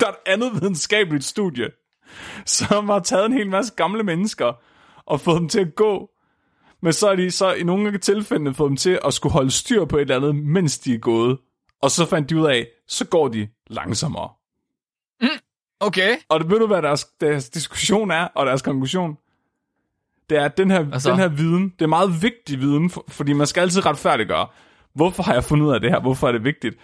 et andet videnskabeligt studie, som har taget en hel masse gamle mennesker og fået dem til at gå. Men så har de så i nogle af tilfældene fået dem til at skulle holde styr på et eller andet, mens de er gået. Og så fandt de ud af, så går de langsommere. Okay. Og det ved du, hvad deres, deres diskussion er, og deres konklusion? Det er, at den her, så? den her viden, det er meget vigtig viden, for, fordi man skal altid retfærdiggøre, hvorfor har jeg fundet ud af det her, hvorfor er det vigtigt?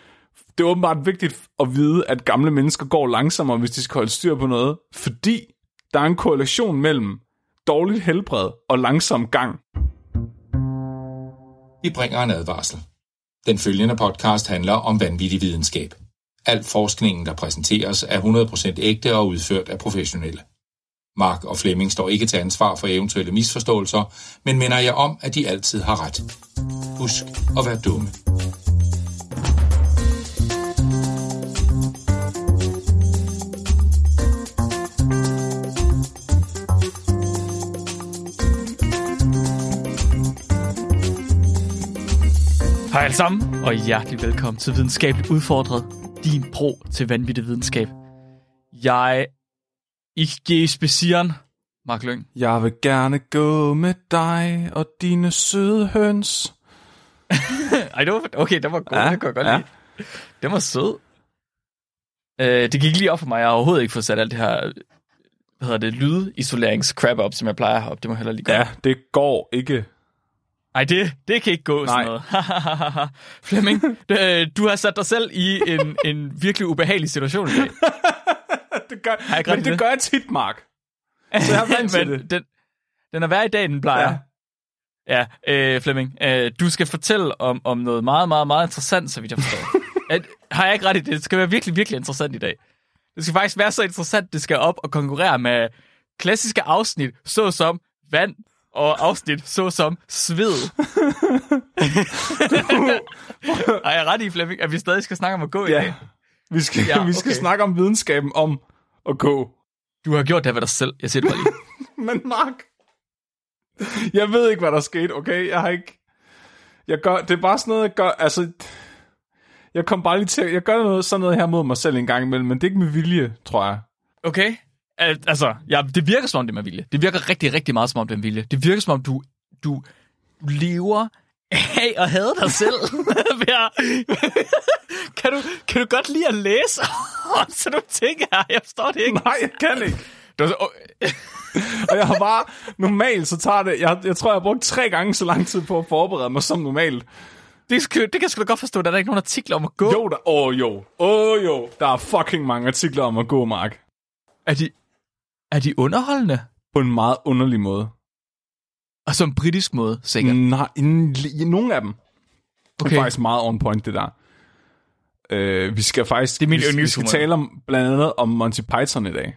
Det er åbenbart vigtigt at vide, at gamle mennesker går langsommere, hvis de skal holde styr på noget, fordi der er en korrelation mellem dårligt helbred og langsom gang. Vi bringer en advarsel. Den følgende podcast handler om vanvittig videnskab. Al forskningen, der præsenteres, er 100% ægte og udført af professionelle. Mark og Flemming står ikke til ansvar for eventuelle misforståelser, men minder jeg om, at de altid har ret. Husk at være dumme. Hej alle sammen, og hjertelig velkommen til Videnskabeligt Udfordret, din pro til vanvittig videnskab. Jeg, ikke specieren, Mark Lyng. Jeg vil gerne gå med dig og dine søde høns. Ej, det var, okay, det var god, Ja, ja, det kunne jeg godt ja. ja. lide. Den var sød. Øh, det gik lige op for mig, jeg har overhovedet ikke fået sat alt det her, hvad hedder det, lydisolerings crap op, som jeg plejer at have op. Det må jeg hellere lige gøre. Ja, det går ikke. Ej, det, det kan ikke gå Nej. sådan noget. Flemming, øh, du har sat dig selv i en, en virkelig ubehagelig situation i dag. Det gør, ikke men ret i det det? gør jeg tit, Mark. Så jeg er vant til Men det. Den, den er hver i dag, den plejer. Ja, ja øh, Flemming, øh, du skal fortælle om, om noget meget, meget, meget interessant, så vidt jeg forstår. At, har jeg ikke ret i det? Det skal være virkelig, virkelig interessant i dag. Det skal faktisk være så interessant, det skal op og konkurrere med klassiske afsnit, såsom vand, og afsnit, såsom sved. Har jeg ret i, Flemming, at vi stadig skal snakke om at gå i dag? Ja, vi skal, ja, Ja, okay. vi skal okay. snakke om videnskaben om at gå. Du har gjort det her ved dig selv. Jeg siger det bare lige. Men Mark, jeg ved ikke, hvad der skete, okay? Jeg har ikke... Jeg gør, det er bare sådan noget, jeg gør... Altså, jeg kom bare lige til... Jeg gør noget, sådan noget her mod mig selv en gang imellem, men det er ikke med vilje, tror jeg. Okay. Al- Altså, ja, det virker som om det er med vilje. Det virker rigtig, rigtig meget som om det er med vilje. Det virker som om du, du lever af at hade dig selv. Ved at- kan, du, kan du godt lide at læse? så du tænker, "Ej, jeg forstår det ikke. Nej, jeg kan ikke. Du, er så- åh, Og jeg har bare... Normalt, så tager det... Jeg, jeg tror, jeg har brugt tre gange så lang tid på at forberede mig som normalt. det, skal, det kan jeg sgu da godt forstå, der er der ikke nogen artikler om at gå. Jo, der... Åh, oh, jo. Åh, oh, jo. Der er fucking mange artikler om at gå, Mark. Er, de, er de underholdende? På en meget underlig måde. Og som britisk måde, sikkert. Nej, en, nogle af dem. Okay. Det er Okay. faktisk meget on point, det der. Øh, vi skal faktisk... Det er vi, min vi skal yndlingshumor. tale om, blandt andet om Monty Python i dag.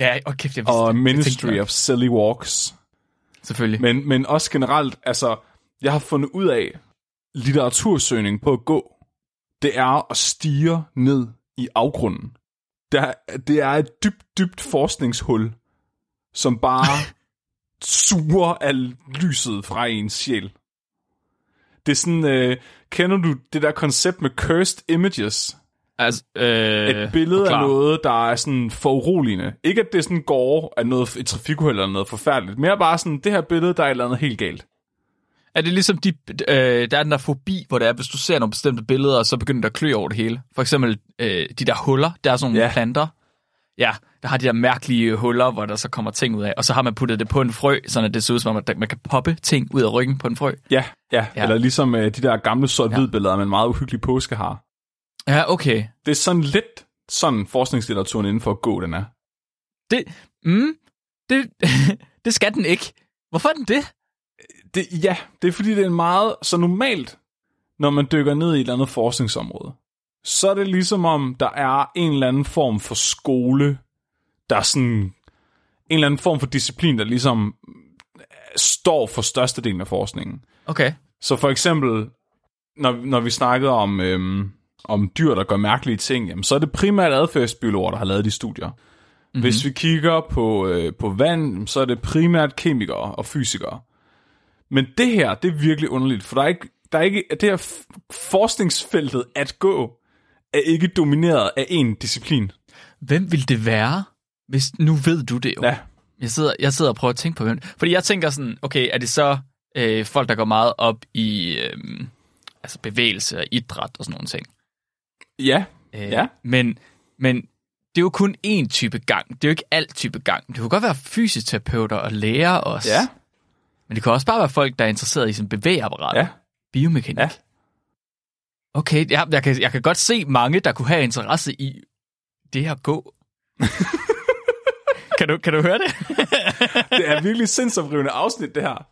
Ja, og kæft, jeg vidste Og det. Jeg tænkte Ministry nok. of Silly Walks. Selvfølgelig. Men, Men, men også generelt, altså... Jeg har fundet ud af litteratursøgning på at gå. Det er at stige ned i afgrunden. Det er, det er et dybt, dybt forskningshul, som bare suger af lyset fra ens sjæl. Det er sådan, øh, kender du det der koncept med cursed images? altså, øh, Et billede forklar. af noget, der er sådan foruroligende. Ikke at det sådan går af noget, et trafikuheld eller noget forfærdeligt. Mere bare sådan, det her billede, der er et eller andet helt galt. Er det ligesom, de, øh, der er den der fobi, hvor det er, hvis du ser nogle bestemte billeder, og så begynder der at klø over det hele. For eksempel øh, de der huller, der er sådan nogle Ja. ja. planter. Ja, der har de der mærkelige huller, hvor der så kommer ting ud af. Og så har man puttet det på en frø, sådan at det ser ud som om, at der- man kan poppe ting ud af ryggen på en frø. Ja, ja. ja. Ja. Eller ligesom øh, de der gamle sort-hvid billeder, man meget uhyggelig påske har. Ja, okay. Det er sådan lidt sådan forskningslitteraturen inden for at gå, den er. Det, mm, det, det skal den ikke. Hvorfor er den det? Det, ja, det er fordi, det er en meget... Så normalt, når man dykker ned i et eller andet forskningsområde, så er det ligesom om, der er en eller anden form for skole, der er sådan... En eller anden form for disciplin, der ligesom øh, står for størstedelen af forskningen. Okay. Så for eksempel, når, når vi snakkede om, øhm, om dyr, der gør mærkelige ting, jamen, så er det primært adfærdsbiologer, der har lavet de studier. Mm-hmm. Hvis vi kigger på, øh, på vand, så er det primært kemikere og fysikere. Men det her, det er virkelig underligt, for der er ikke, der er ikke det her f- forskningsfeltet at gå, er ikke domineret af én disciplin. Hvem vil det være, hvis nu ved du det jo? Ja. Jeg sidder, jeg sidder og prøver at tænke på hvem. Fordi jeg tænker sådan, okay, er det så øh, folk, der går meget op i øh, altså bevægelse og idræt og sådan nogle ting? Ja, Øh, Ja. Men, men det er jo kun én type gang. Det er jo ikke alt type gang. Det kunne godt være fysioterapeuter og læger også. ja, Men det kan også bare være folk, der er interesseret i sådan bevægeapparatet. ja. Biomekanik. Ja. Okay, ja, jeg, kan, jeg kan godt se mange, der kunne have interesse i det her gå. kan, du, kan du høre det? Det er virkelig sindsoprivende afsnit, det her.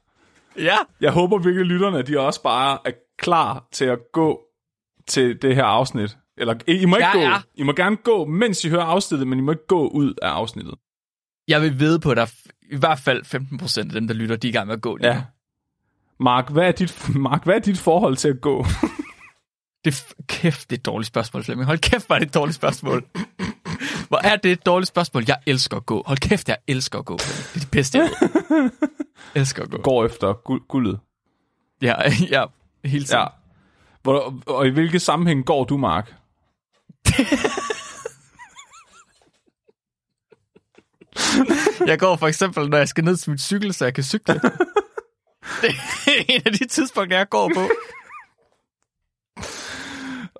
ja. Jeg håber virkelig, lytterne de også bare er klar til at gå til det her afsnit. Eller, I må ikke Ja, gå. ja. I må gerne gå, mens I hører afsnittet, men I må ikke gå ud af afsnittet. Jeg vil vide på, at der er f- i hvert fald 15% af dem, der lytter, de er i gang med at gå. lige nu. Ja. Mark, hvad er dit, Mark, hvad er dit forhold til at gå? Det er f- kæft, det er et dårligt spørgsmål, Flemming. Hold kæft, hvor er det et dårligt spørgsmål. Hvor er det et dårligt spørgsmål? Jeg elsker at gå. Hold kæft, jeg elsker at gå. Flemming. Det er det bedste, jeg ved. Jeg elsker at gå. Går efter guld, guldet. Ja, ja, hele tiden. Ja. Hvor, og i hvilke sammenhæng går du, Mark? Jeg går for eksempel, når jeg skal ned til min cykel, så jeg kan cykle. Det er en af de tidspunkter, jeg går på.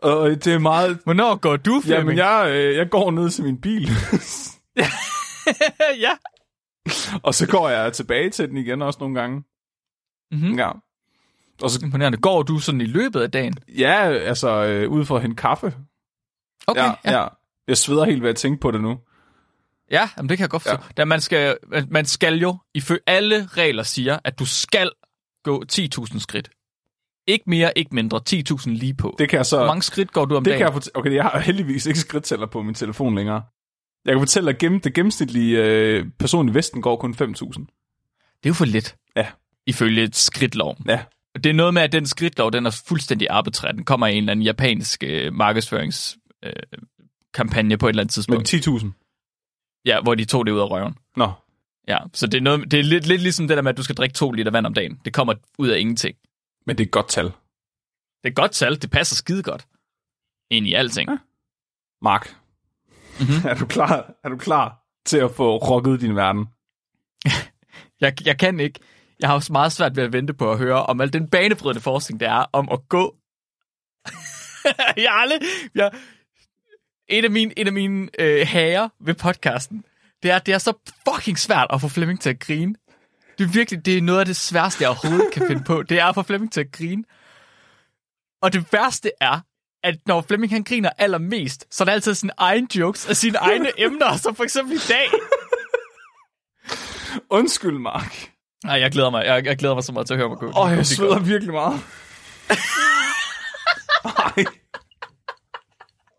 Øh, det er meget... Hvornår går du, Jamen, Flemming? jeg, øh, jeg går ned til min bil, ja. og så går jeg tilbage til den igen også nogle gange. Mhm. Ja. Og så, Imponerende. Går du sådan i løbet af dagen? ja, altså, øh, ud for at hente kaffe. Okay, ja. ja. ja. Jeg sveder helt ved at tænke på det nu. ja jamen, det kan jeg godt forstå. Ja. Da man, skal, man skal jo, ifølge alle regler siger, at du skal gå 10.000 skridt. Ikke mere, ikke mindre. 10.000 lige på. Det, Det kan jeg så... Hvor mange skridt går du om det dagen? kan jeg fortæ- okay, jeg har heldigvis ikke skridttæller på min telefon længere. Jeg kan fortælle, at gennem, det gennemsnitlige øh, person i Vesten går kun 5.000. Det er jo for lidt. Ja. Ifølge skridtloven. Ja. Det er noget med, at den skridtlov, den er fuldstændig arbitrær. Den kommer af en eller anden japansk øh, markedsføringskampagne øh, kampagne på et eller andet Men tidspunkt. 10.000? Ja, hvor de tog det ud af røven. Nå. Ja, så det er, noget, det er lidt, lidt ligesom det der med, at du skal drikke to liter vand om dagen. Det kommer ud af ingenting. Men det er et godt tal. Det er et godt tal. Det passer skide godt. Ind i alting. Ja. Mark, mm-hmm. er, du klar, er du klar til at få rocket din verden? Jeg, jeg kan ikke. Jeg har også meget svært ved at vente på at høre om al den banebrydende forskning, der er om at gå. jeg har aldrig... Jeg, en af mine, en af mine øh, hager ved podcasten, det er, at det er så fucking svært at få Flemming til at grine. Det er virkelig det er noget af det sværeste, jeg overhovedet kan finde på. Det er at få Flemming til at grine. Og det værste er, at når Flemming han griner allermest, så er det altid sine egne jokes og sine egne emner, som for eksempel i dag. Undskyld, Mark. Nej, jeg glæder mig. Jeg, jeg glæder mig så meget til at høre mig gå. Åh, oh, jeg sveder virkelig meget. Ej.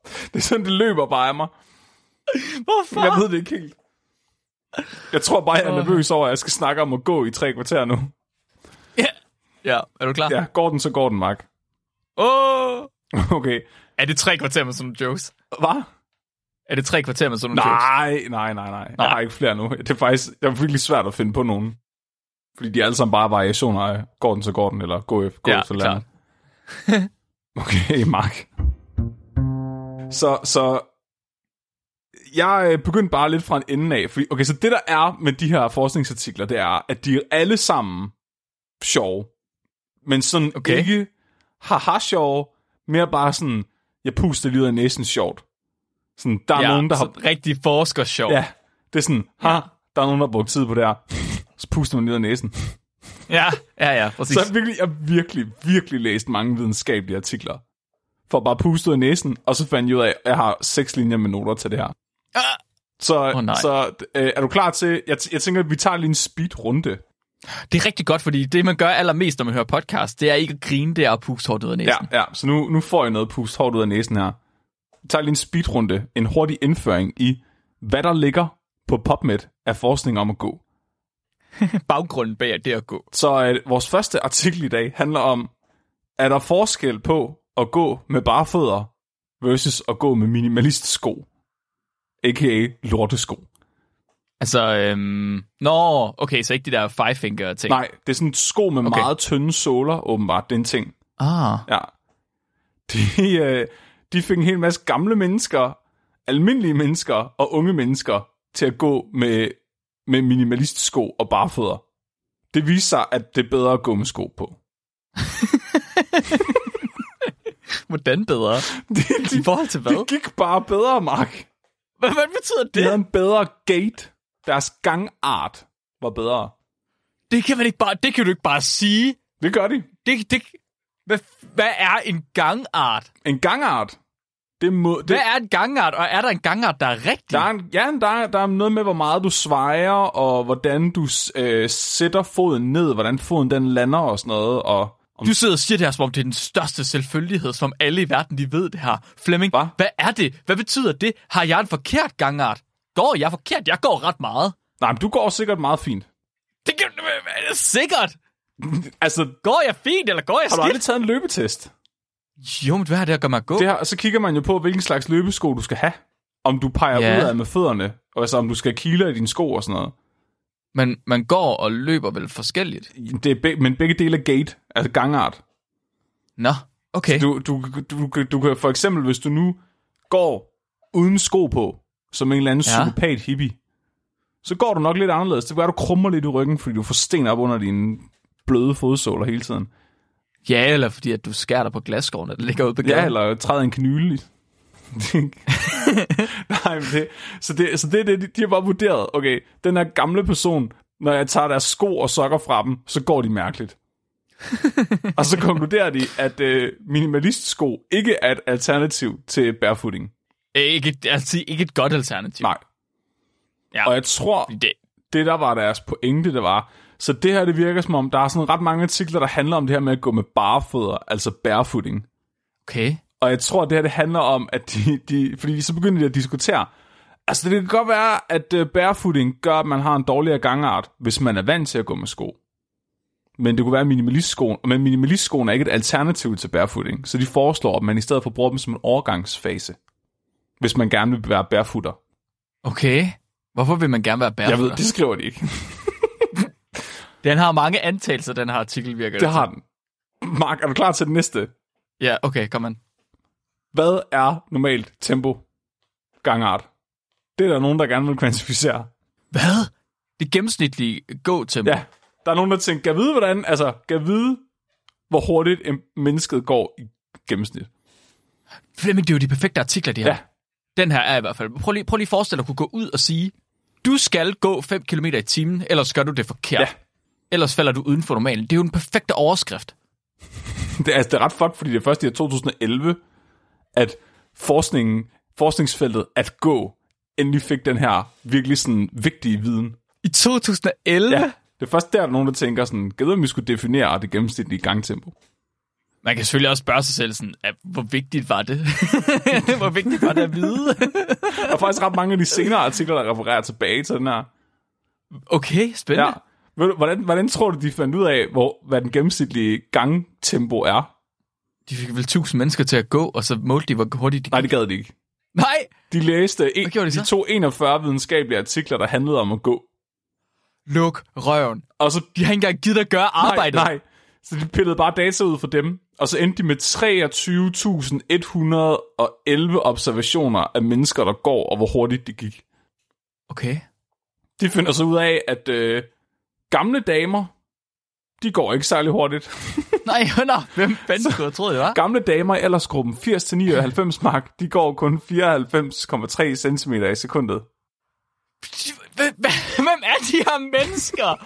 Det er sådan, det løber bare af mig. Hvorfor? Jeg ved det ikke helt. Jeg tror bare, jeg er Åh. nervøs over, at jeg skal snakke om at gå i tre kvarter nu. Ja. ja, er du klar? Ja, går den, så går den, Mark. Åh! Okay. Er det tre kvarter med sådan nogle jokes? Hvad? Er det tre kvarter med sådan nogle jokes? Nej, nej, nej, nej. Jeg Nej. har ikke flere nu. Det er faktisk det er virkelig svært at finde på nogen. Fordi de er alle sammen bare variationer af, går den, så går den, eller gå efter, gå Ja, efter klart. landet. Okay, Mark. Så, så jeg øh, begyndte bare lidt fra en ende af. Fordi, okay, så det der er med de her forskningsartikler, det er, at de er alle sammen sjove. Men sådan okay. Okay. ikke haha sjove, mere bare sådan, jeg puster lige ud af næsen sjovt. Sådan, der er Ja, ja, nogen, der har sådan rigtig forskersjov. Ja, det er sådan, ha, der er nogen, der har brugt tid på det her. Så puster man ned af næsen. ja, ja, ja præcis. Så jeg har virkelig, jeg har virkelig, virkelig læst mange videnskabelige artikler. For at bare puste ud af næsen, og så fandt jeg ud af, at jeg har seks linjer med noter til det her. Ah! Så, Åh, nej. så øh, er du klar til, jeg, t- jeg tænker, at vi tager lige en speedrunde. Det er rigtig godt, fordi det, man gør allermest, når man hører podcast, det er ikke at grine, det er at puste hårdt ud af næsen. Ja, ja, så nu, nu får jeg noget pust hårdt ud af næsen her. Vi tager lige en speedrunde, en hurtig indføring i, hvad der ligger på PubMed af forskning om at gå. Baggrunden bag det at gå. Så øh, vores første artikel i dag handler om, er der forskel på at gå med bare fødder versus at gå med minimalist sko? A.k.a. lortesko. Altså, øhm... Nå, okay, så ikke de der five finger ting. Nej, det er sådan sko med okay. meget tynde såler, åbenbart. Det er en ting. Ah, Ja. De, øh, de fik en hel masse gamle mennesker almindelige mennesker og unge mennesker til at gå med, med minimalistsko og barfødder. Det viser sig, at det er bedre at gå med sko på. Hvordan bedre? Det, I forhold til hvad? det gik bare bedre, Mark. Hvad, hvad betyder De havde det? en bedre gate. Deres gangart var bedre. Det kan, man ikke bare, det kan du ikke bare sige. Det gør de. Det, det, hvad, hvad er en gangart? En gangart, det må... Det, Hvad er en gangart, og er der en gangart, der er rigtig? Der er, en, ja, der, er, der er noget med, hvor meget du svejer, og hvordan du øh, sætter foden ned, hvordan foden den lander og sådan noget. Og, om, Du sidder og siger det her, som om det er den største selvfølgelighed, som om alle i verden de ved det her. Flemming, Hva? hvad er det? Hvad betyder det? Har jeg en forkert gangart? Går jeg forkert? Jeg går ret meget. nej, men du går sikkert meget fint. Det kan, er det sikkert. Altså, har Går jeg fint, eller går jeg du aldrig skidt? taget en løbetest? Jo, men hvad har det at gøre med at gå? Det her, og så kigger man jo på, hvilken slags løbesko du skal have. Om du peger Ja. yeah. udad med fødderne, og altså om du skal have kiler i dine sko og sådan noget. Men man går og løber vel forskelligt? Det er be- men begge dele er gate, altså gangart. Nå, okay. Du, Altså, du, du, du, du kan for eksempel, hvis du nu går uden sko på, som en eller anden Ja. ja. psykopat hippie, så går du nok lidt anderledes. Det kan være, du krummer lidt i ryggen, fordi du får sten op under dine bløde fodsåler hele tiden. Ja, eller fordi at du skærer dig på glasskoven, der ligger ude på gaden. Ja, eller træder en knyle i. Nej, men det, så det, så det, er det de, de har bare vurderet, okay, den her gamle person, når jeg tager deres sko og sokker fra dem, så går de mærkeligt. og så konkluderer de, at øh, minimalistsko ikke er et alternativ til barefooting. Ikke, et- altså, ikke et godt alternativ. Nej. Ja. Og jeg tror, Det, det der var deres pointe, det var, så det her, det virker som om, der er sådan ret mange artikler, der handler om det her med at gå med barefødder, altså barefooting. okay. Og jeg tror, det her, det handler om, at de, de fordi så begynder de at diskutere, altså det kan godt være, at øh, barefooting gør, at man har en dårligere gangart, hvis man er vant til at gå med sko. Men det kunne være minimalistskoen, men minimalistskoen er ikke et alternativ til barefooting, så de foreslår, at man i stedet for bruger dem som en overgangsfase, hvis man gerne vil være barefooter. Okay. Hvorfor vil man gerne være Jeg barefoot? ved, det skriver de ikke. Den har mange antagelser, den her artikel virker. Det til. har den. Mark, er du klar til det næste? Ja, okay, kom an. Hvad er normalt tempo gangart? Det er der nogen, der gerne vil kvantificere. Hvad? Det gennemsnitlige gå-tempo. Ja, der er nogen, der tænker, kan vide, hvordan, altså, kan vide, hvor hurtigt en mennesket går i gennemsnit. Flemming, det er jo de perfekte artikler, de her. Ja. Den her er i hvert fald. Prøv lige, prøv lige at forestille dig at kunne gå ud og sige, du skal gå 5 km i timen, ellers gør du det forkert. Ja. Ellers falder du uden for normalen. Det er jo den perfekte overskrift. Det er, altså, det er ret fucked, fordi det er først i år 2011, at forskningen, forskningsfeltet at gå, endelig fik den her virkelig sådan vigtige viden. I 2011? Ja. Det er først der, der er nogen, der tænker sådan, kan vide, om vi skulle definere det gennemsnitlige gangtempo? Man kan selvfølgelig også spørge sig selv sådan, at, hvor vigtigt var det? hvor vigtigt var det at vide? Der er faktisk ret mange af de senere artikler, der refererer tilbage til den her. Okay, spændende. Ja. Ved du, Hvordan, hvordan tror du, de fandt ud af, hvor, hvad den gennemsnitlige gangtempo er? De fik vel tusind mennesker til at gå, og så målte de, hvor hurtigt de Nej, det gad de ikke. Nej! De læste en, Hvad gjorde de de, så? de tog 41 videnskabelige artikler, der handlede om at gå. Luk røven. Og så De har ikke engang givet at gøre arbejdet. Nej, nej. Så de pillede bare data ud for dem, og så endte de med 23.111 observationer af mennesker, der går, og hvor hurtigt de gik. Okay. De finder så ud af, at øh, gamle damer, de går ikke særlig hurtigt. Nej, nå, hvem fanden skulle have troet, det var? Gamle damer i aldersgruppen 80-99 mark, de går kun 94,3 cm i sekundet. Hvem- hvem- Hvem er de her mennesker?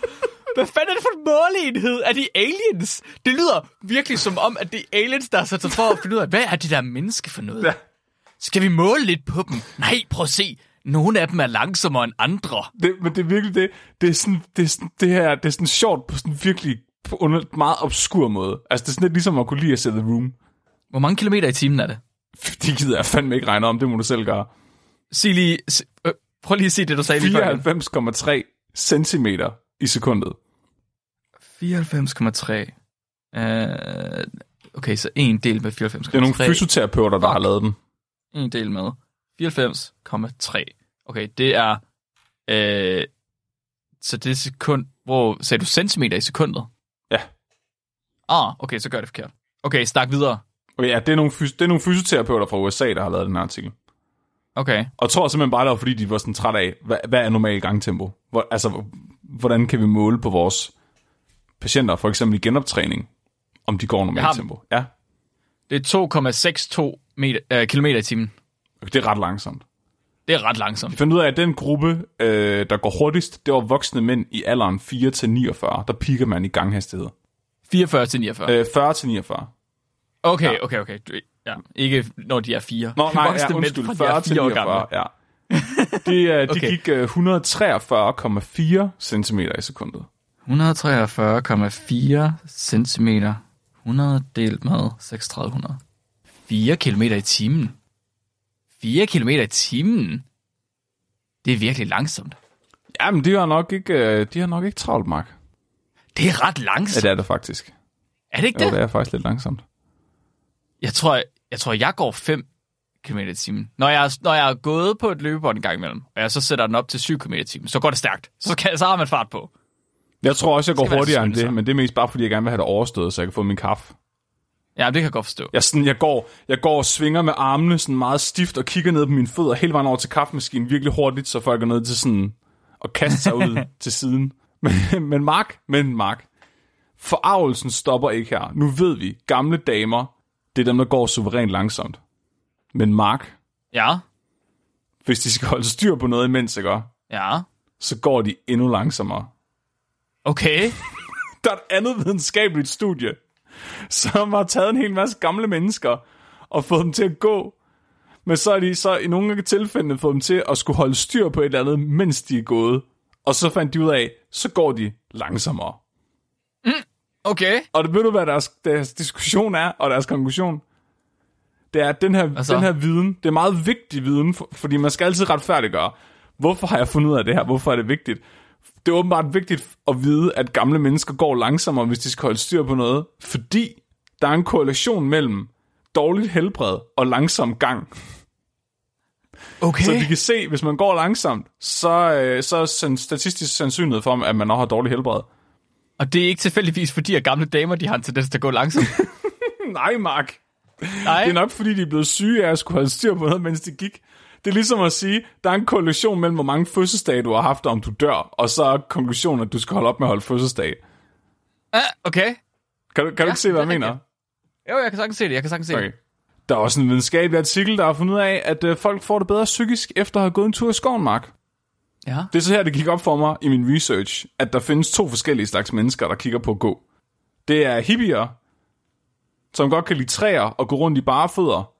Hvad fanden er det for en måleenhed? Er de aliens? Det lyder virkelig som om, at det er aliens, der har sat sig for at finde ud af, hvad er det der menneske for noget? Ja. Skal vi måle lidt på dem? Nej, prøv at se. Nogle af dem er langsommere end andre. Det, men det er virkelig det. Det er sådan, det, er sådan, det her, det er sådan sjovt på sådan virkelig på under, meget obskur måde. Altså, det er sådan lidt ligesom at kunne lide at se The Room. Hvor mange kilometer i timen er det? De gider jeg fandme ikke regne om, det må du selv gøre. Sig lige... s- øh, Prøv lige at sige det, du sagde lige før. 94,3 cm i sekundet. 94,3. Uh, okay, så en del med 94,3. Det er nogle fysioterapeuter, der har lavet den. En del med 94,3. Okay, det er... Øh, så det er sekund... Hvor sagde du centimeter i sekundet? Ja. Ah, okay, så gør jeg det forkert. Okay, snak videre. Okay, ja, det er nogle, fys- det er nogle fysioterapeuter fra USA, der har lavet den her artikel. Okay. Og tror simpelthen bare, det var fordi, de var sådan træt af, hvad, hvad er normal gangtempo? Hvor, altså, hvordan kan vi måle på vores patienter, for eksempel i genoptræning, om de går Jeg har normalt dem. tempo? Ja, Det er 2,62 meter, øh, kilometer i timen. Okay, det er ret langsomt. Det er ret langsomt. Jeg fandt ud af, at den gruppe, øh, der går hurtigst, det var voksne mænd i alderen 4-49. Der piker man i ganghastighed. 44 til 49. Øh, 40-49. Okay, okay, okay. Du- Ja, ikke når de er fire. Nå, nej, Voksne ja, mænd undskyld. 40-49, fra de er fire år gamle. ja. De, øh, de Okay. gik øh, 143,4 cm i sekundet. 143,4 cm. 100 delt med 3600. 4 km i timen. 4 km i timen? Det er virkelig langsomt. Jamen, de har nok ikke, øh, de har nok ikke travlt, Mark. Det er ret Ja, langsomt. det er det faktisk. Er det ikke Jo, det? det er faktisk lidt langsomt. Jeg tror, jeg, jeg, tror, jeg går 5 km i timen. Når jeg, når jeg er gået på et løbebånd en gang imellem, og jeg så sætter den op til 7 km i timen, så går det stærkt. Så, kan, så har man fart på. Jeg tror også, jeg Skal være går hurtigere end sundt, så. det, men det er mest bare, fordi jeg gerne vil have det overstået, så jeg kan få min kaffe. Ja, det kan jeg godt forstå. Jeg, sådan, jeg, går, jeg går og svinger med armene sådan meget stift og kigger ned på mine fødder hele vejen over til kaffemaskinen virkelig hurtigt, så folk er nødt til sådan at kaste sig ud til siden. Men, men Mark, men Mark, forarvelsen stopper ikke her. Nu ved vi, gamle damer, det er dem, der går suverænt langsomt. Men Mark, Ja, hvis de skal holde styr på noget imens, ikke? ja. så går de endnu langsommere. Okay. der er et andet videnskabeligt studie, som har taget en hel masse gamle mennesker og fået dem til at gå. Men så har de så i nogle af tilfældene fået dem til at skulle holde styr på et eller andet, mens de er gået. Og så fandt de ud af, så går de langsommere. Okay. Og det ved du, hvad deres, deres diskussion er, og deres konklusion? Det er, at den her, så? den her viden, det er meget vigtig viden, for, fordi man skal altid retfærdiggøre, hvorfor har jeg fundet ud af det her, hvorfor er det vigtigt? Det er åbenbart vigtigt at vide, at gamle mennesker går langsommere, hvis de skal holde styr på noget, fordi der er en korrelation mellem dårligt helbred og langsom gang. Okay. Så vi kan se, hvis man går langsomt, så, øh, så er sådan statistisk sandsynlighed for, at man også har dårligt helbred. Og det er ikke tilfældigvis fordi, at gamle damer de har en tendens til at gå langsomt. Nej, Mark. Nej, Det er nok, fordi de er blevet syge af at skulle holde styr på noget, mens de gik. Det er ligesom at sige, der er en korrelation mellem, hvor mange fødselsdage du har haft, og om du dør, og så er konklusionen, at du skal holde op med at holde fødselsdag. Ah, okay. Kan du, kan ja, du ikke se, hvad jeg mener? Jo, jeg kan sagtens se det, jeg kan sagtens se Okay. det. Der er også en videnskabelig artikel, der har fundet ud af, at øh, folk får det bedre psykisk, efter at have gået en tur i skoven, Mark. Ja. Det er så her, det gik op for mig i min research, at der findes to forskellige slags mennesker, der kigger på at gå. Det er hippier, som godt kan lide træer og gå rundt i bare fødder.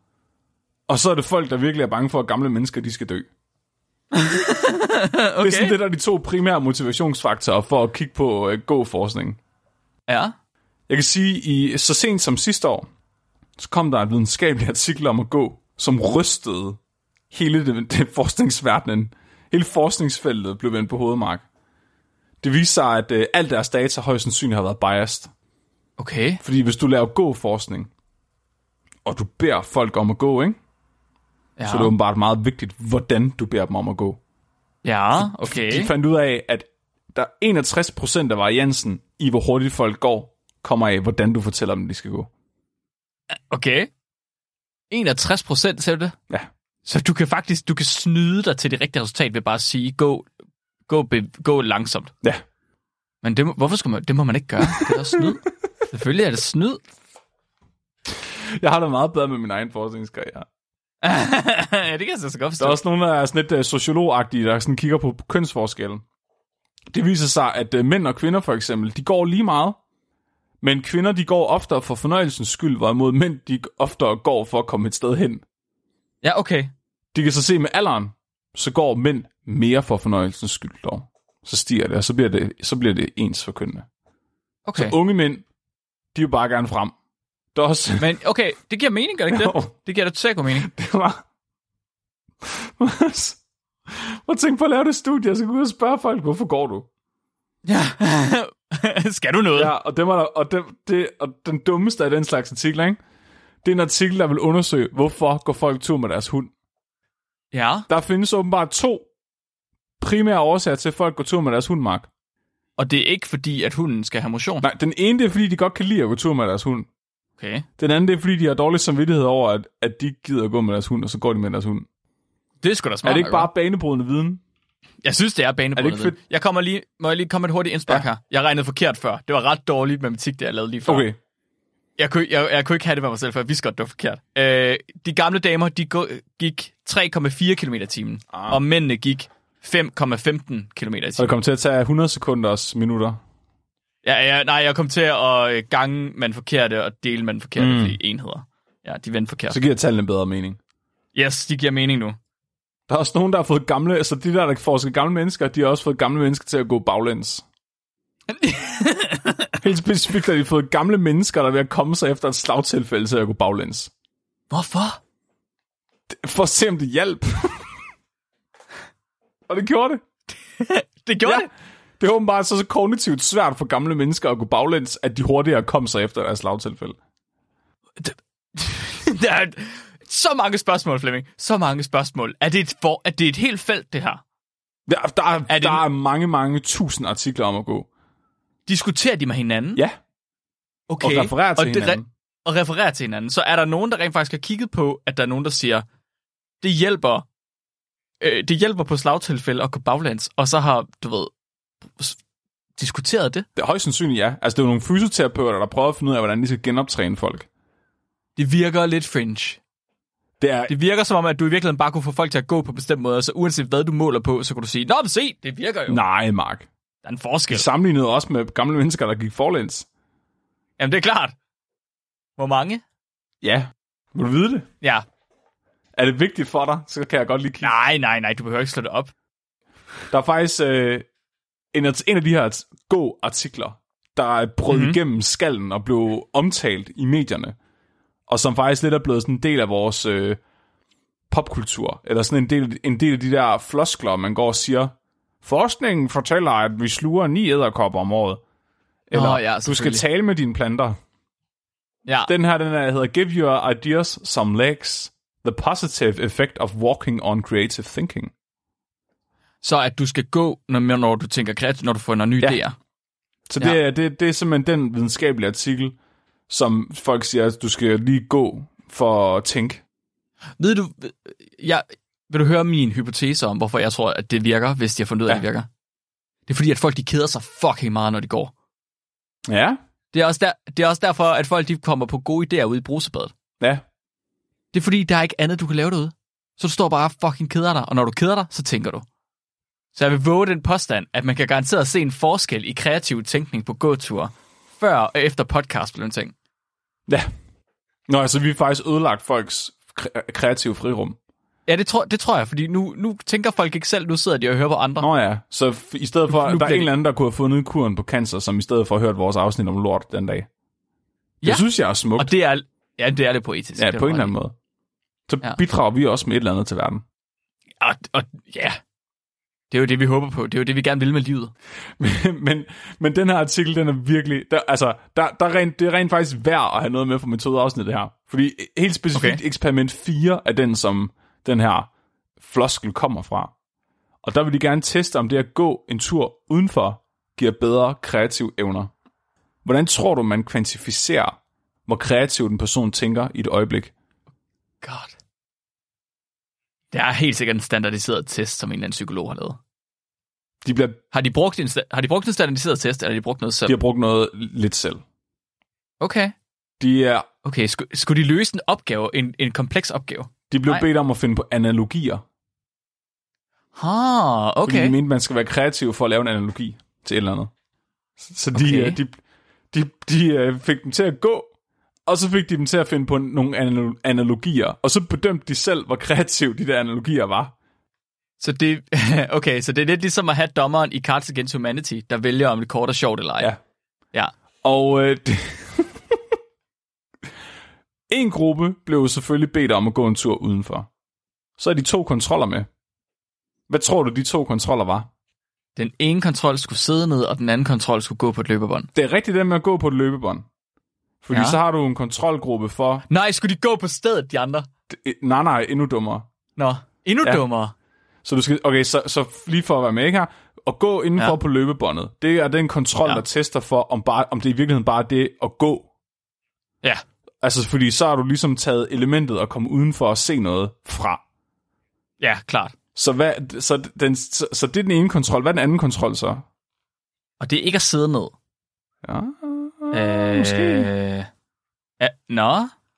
Og så er det folk, der virkelig er bange for, at gamle mennesker de skal dø. okay. Det er sådan det, der er de to primære motivationsfaktorer for at kigge på øh, gå-forskning. Ja. Jeg kan sige, i så sent som sidste år, så kom der en videnskabelig artikel om at gå, som rystede hele det, det forskningsverdenen. Hele forskningsfeltet blev vendt på hovedmark. Det viser sig, at øh, alt deres data højst sandsynligt har været biased. Okay. Fordi hvis du laver god forskning, og du beder folk om at gå, ikke? Ja. så er det åbenbart meget vigtigt, hvordan du beder dem om at gå. ja, okay. De fandt ud af, at der er 61% af variansen i, hvor hurtigt folk går, kommer af, hvordan du fortæller dem, de skal gå. Okay. 61 procent, sagde du det? Ja. Så du kan faktisk du kan snyde dig til det rigtige resultat ved bare at sige, gå, gå, be, gå langsomt. Ja, Men det må, hvorfor skal man, det må man ikke gøre. Det er da snyd. Selvfølgelig er det snyd. Jeg har det meget bedre med min egen forskningskarriere. ja, det kan jeg så godt Der er forstå. også nogen, der er sådan lidt øh, sociologagtige, der sådan kigger på kønsforskellen. Det viser sig, at øh, mænd og kvinder for eksempel, de går lige meget. Men kvinder, de går oftere for fornøjelsens skyld, hvorimod mænd, de oftere går for at komme et sted hen. Ja, okay. De kan så se med alderen, så går mænd mere for fornøjelsens skyld dog. Så stiger det, og så bliver det, så bliver det ens for kønnene. okay. Unge mænd, de vil bare gerne frem. Der er også... Men okay, det giver mening, gør det ikke Jo. det? Det giver da totalt god mening. Det var... Prøv at tænke på at lave det studie, og så gå ud og spørge folk, hvorfor går du? Ja. skal du noget? Ja, og, dem er der, og, dem, det, og den dummeste af den slags artikler, ikke? det er en artikel, der vil undersøge, hvorfor går folk tur med deres hund. ja. Der findes åbenbart to primære årsager til, at folk går tur med deres hund, Mark. Og det er ikke fordi, at hunden skal have motion. Nej, den ene det er, fordi de godt kan lide at gå tur med deres hund. Okay. Den anden det er, fordi de har dårlig samvittighed over, at, at de ikke gider at gå med deres hund, og så går de med deres hund. Det er sgu da smart Er det ikke nok, bare banebrydende viden? Jeg synes, det er banebrydende. Er det ikke fedt? Jeg kommer lige, må jeg lige komme med et hurtigt indspark ja. her? Jeg regnede forkert før. Det var ret dårligt matematik, det jeg lavede lige før. Okay. Jeg, kunne, jeg, jeg kunne ikke have det med mig selv, for jeg vidste godt, det var forkert. Øh, de gamle damer, de gå- gik 3,4 km i timen, ah. Ah. og mændene gik 5,15 km i Så det timen. kommer til at tage 100 sekunders minutter. Ja, ja, nej, jeg kom til at øh, gange man forkerte og dele man forkerte Mm. mm. i enheder. Ja, de vendte forkert. Så giver tallene bedre mening. Yes, de giver mening nu. Der er også nogen, der har fået gamle, altså de der, der forsker gamle mennesker, de har også fået gamle mennesker til at gå baglæns. Helt specifikt har de fået gamle mennesker, der er ved at komme sig efter et slagtilfælde til at gå baglæns. Hvorfor? For at se, om det hjalp. Og det gjorde det. Det gjorde ja. det. Det er åbenbart så, så kognitivt svært for gamle mennesker at gå baglæns, at de hurtigere kom sig efter deres slagtilfælde. Der er så mange spørgsmål, Flemming. Så mange spørgsmål. Er det et, for, er det et helt felt, det her? Der, der, er, Er det- der er mange, mange tusind artikler om at gå. Diskuterer de med hinanden? Ja, og okay. okay. referere til og det- hinanden. og refererer til hinanden, så er der nogen, der rent faktisk har kigget på, at der er nogen, der siger, det hjælper, øh, det hjælper på slagtilfælde at gå baglands, og så har, du ved, s- diskuteret det. Det er højst sandsynligt, ja. Altså, det er jo nogle fysioterapeuter, der prøver at finde ud af, hvordan de skal genoptræne folk. Det virker lidt fringe. Det er, Det virker som om, at du i virkeligheden bare kunne få folk til at gå på bestemte måder, så uanset hvad du måler på, så kan du sige, Nå, men se, det virker jo. Nej, Mark. Der er en forskel. Det sammenlignede også med gamle mennesker, der gik forlæns. Jamen, det er klart. Hvor mange? Ja. Vil du vide det? Ja. Er det vigtigt for dig, så kan jeg godt lige kigge. Nej, nej, nej, du behøver ikke slå det op. Der er faktisk øh, en, art- en af de her gå artikler, der er brød Mhm. mm-hmm. igennem skallen og blev omtalt i medierne, og som faktisk lidt er blevet sådan en del af vores øh, popkultur, eller sådan en del, en del af de der floskler, man går og siger, forskningen fortæller, at vi sluger ni æderkopper om året. Eller, Nå, ja, du skal selvfølgelig. tale med dine planter. Ja. Den her, den her hedder Give Your Ideas Some Legs. The Positive Effect of Walking on Creative Thinking. Så at du skal gå, når, når du tænker kreativt, når du får nogle nye Ja. idéer. Så Ja. det, er, det, det er simpelthen den videnskabelige artikel, som folk siger, at du skal lige gå for at tænke. Ved du, jeg, vil du høre min hypotese om, hvorfor jeg tror, at det virker, hvis de har fundet ud af, at det virker? Det er fordi, at folk de keder sig fucking meget, når de går. Ja, Det er også, der, det er også derfor, at folk de kommer på gode idéer ude i brusebadet. ja. Det er fordi, der er ikke andet, du kan lave derude. Så du står bare og fucking keder dig, og når du keder dig, så tænker du. Så jeg vil våge den påstand, at man kan garanteret se en forskel i kreativ tænkning på gåture, før og efter podcast blev en ting. ja. Nå, altså vi har faktisk ødelagt folks kre- kreative frirum. Ja, det tror, det tror jeg, fordi nu, nu tænker folk ikke selv, nu sidder de og hører på andre. Nå ja, så f- i stedet for, Nu der er bliver en eller anden, der kunne have fundet kuren på cancer, som i stedet for har hørt vores afsnit om lort den dag. Det Ja. synes jeg er smukt, Og det er, ja, det er lidt poetisk. ja, det er på du en ret eller i. anden måde. Så Ja. ja. bidrager vi også med et eller andet til verden. Og, og ja, det er jo det, vi håber på. Det er jo det, vi gerne vil med livet. men, men den her artikel, den er virkelig... Der, altså, der, der er rent, det er rent faktisk værd at have noget med for metodeafsnit, det her. Fordi helt specifikt Okay. okay. eksperiment 4 er den, som den her floskel kommer fra. Og der vil de gerne teste, om det at gå en tur udenfor giver bedre kreative evner. Hvordan tror du, man kvantificerer, hvor kreativ en person tænker i et øjeblik? God. Der er helt sikkert en standardiseret test, som en eller anden psykolog har lavet. De, bliver, Har de brugt en, sta- har de brugt en standardiseret test, eller har de brugt noget de selv? har brugt noget lidt selv. Okay. De, er, Okay, skulle, skulle de løse en opgave, en, en kompleks opgave? de blev Nej. bedt om at finde på analogier Ah, Fordi de okay. mente, man skal være kreativ for at lave en analogi til et eller andet. Så så de, Okay. okay. de, de, de øh, fik dem til at gå, og så fik de dem til at finde på nogle analo- analogier, og så bedømte de selv, hvor kreative de der analogier var. Så det, okay, så det er lidt ligesom at have dommeren i Cards Against Humanity, der vælger, om det kort er sjovt eller ej. Ja. ja. Og øh, det- en gruppe blev selvfølgelig bedt om at gå en tur udenfor. Så er de to kontroller med. Hvad tror du, de to kontroller var? Den ene kontrol skulle sidde ned, og den anden kontrol skulle gå på et løbebånd. Det er rigtigt det med at gå på et løbebånd. Fordi Ja. ja. så har du en kontrolgruppe for... Nej, skulle de gå på stedet, de andre? Nej, nej, endnu dummere. Nå, endnu ja. Ja. dummere. Så du skal, okay, så, så lige for at være med ikke her, at gå indenfor Ja. ja. på løbebåndet, det er den kontrol, Ja. ja. der tester for, om, bare, om det i virkeligheden bare er det at gå. Ja. Altså, fordi så har du ligesom taget elementet at komme udenfor og se noget fra. Ja, klart. Så, hvad, så, den, så, så det er den ene kontrol. Hvad er den anden kontrol så? Og det er ikke at sidde ned. Ja, Øh, måske. Ja, nå?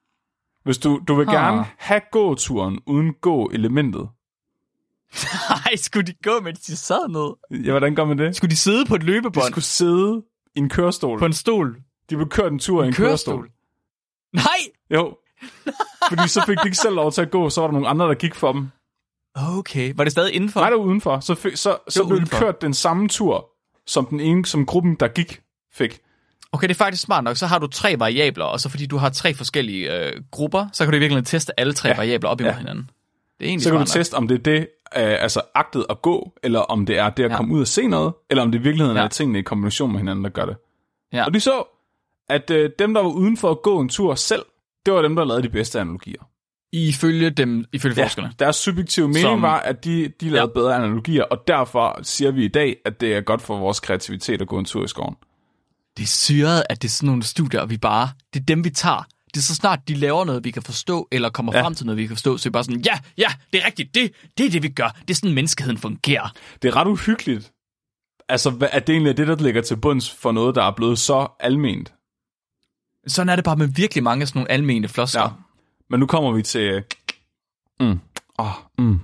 Hvis du, du vil Ah. gerne have gåturen uden gå-elementet. Nej, skulle de gå, mens de sad ned? Ja, hvordan gør man det? Skulle de sidde på et De løbebånd? skulle sidde i en kørestol. På en stol? De blev kørt en tur i en kørestol. Nej! Jo. Fordi så fik de ikke selv lov til at gå, så var der nogle andre, der gik for dem. Okay. Var det stadig indenfor? Nej, der var udenfor. Så, fik, så, så, var blev de udenfor. kørt den samme tur, som den ene, som gruppen, der gik, fik. Okay, det er faktisk smart nok. Så har du tre variabler, og så fordi du har tre forskellige øh, grupper, så kan du i virkeligheden teste alle tre ja. variabler op imod ja. hinanden. Det er egentlig Så kan du smart nok. teste, om det er det, øh, altså agtet at gå, eller om det er det at ja. Ja. komme ud og se noget, eller om det i virkeligheden ja. Ja. er tingene i kombination med hinanden, der gør det. Ja. Og de så, at øh, dem, der var uden for at gå en tur selv, det var dem, der lavede de bedste analogier. Ifølge, dem, ifølge ja. forskerne. Deres subjektive mening Som... Som- var, at de, de lavede ja. bedre analogier, og derfor siger vi i dag, at det er godt for vores kreativitet at gå en tur i skoven. Det er syret, at det er sådan nogle studier, vi bare... Det er dem, vi tager. Det er så snart, de laver noget, vi kan forstå, eller kommer ja. frem til noget, vi kan forstå, så er vi bare sådan, ja, ja, det er rigtigt, det, det er det, vi gør. Det er sådan, menneskeheden fungerer. Det er ret uhyggeligt, altså, hvad, at det egentlig er det, der ligger til bunds for noget, der er blevet så alment. Sådan er det bare med virkelig mange af sådan nogle almene floskler. Ja. Men nu kommer vi til... øh, Mm, oh, mm.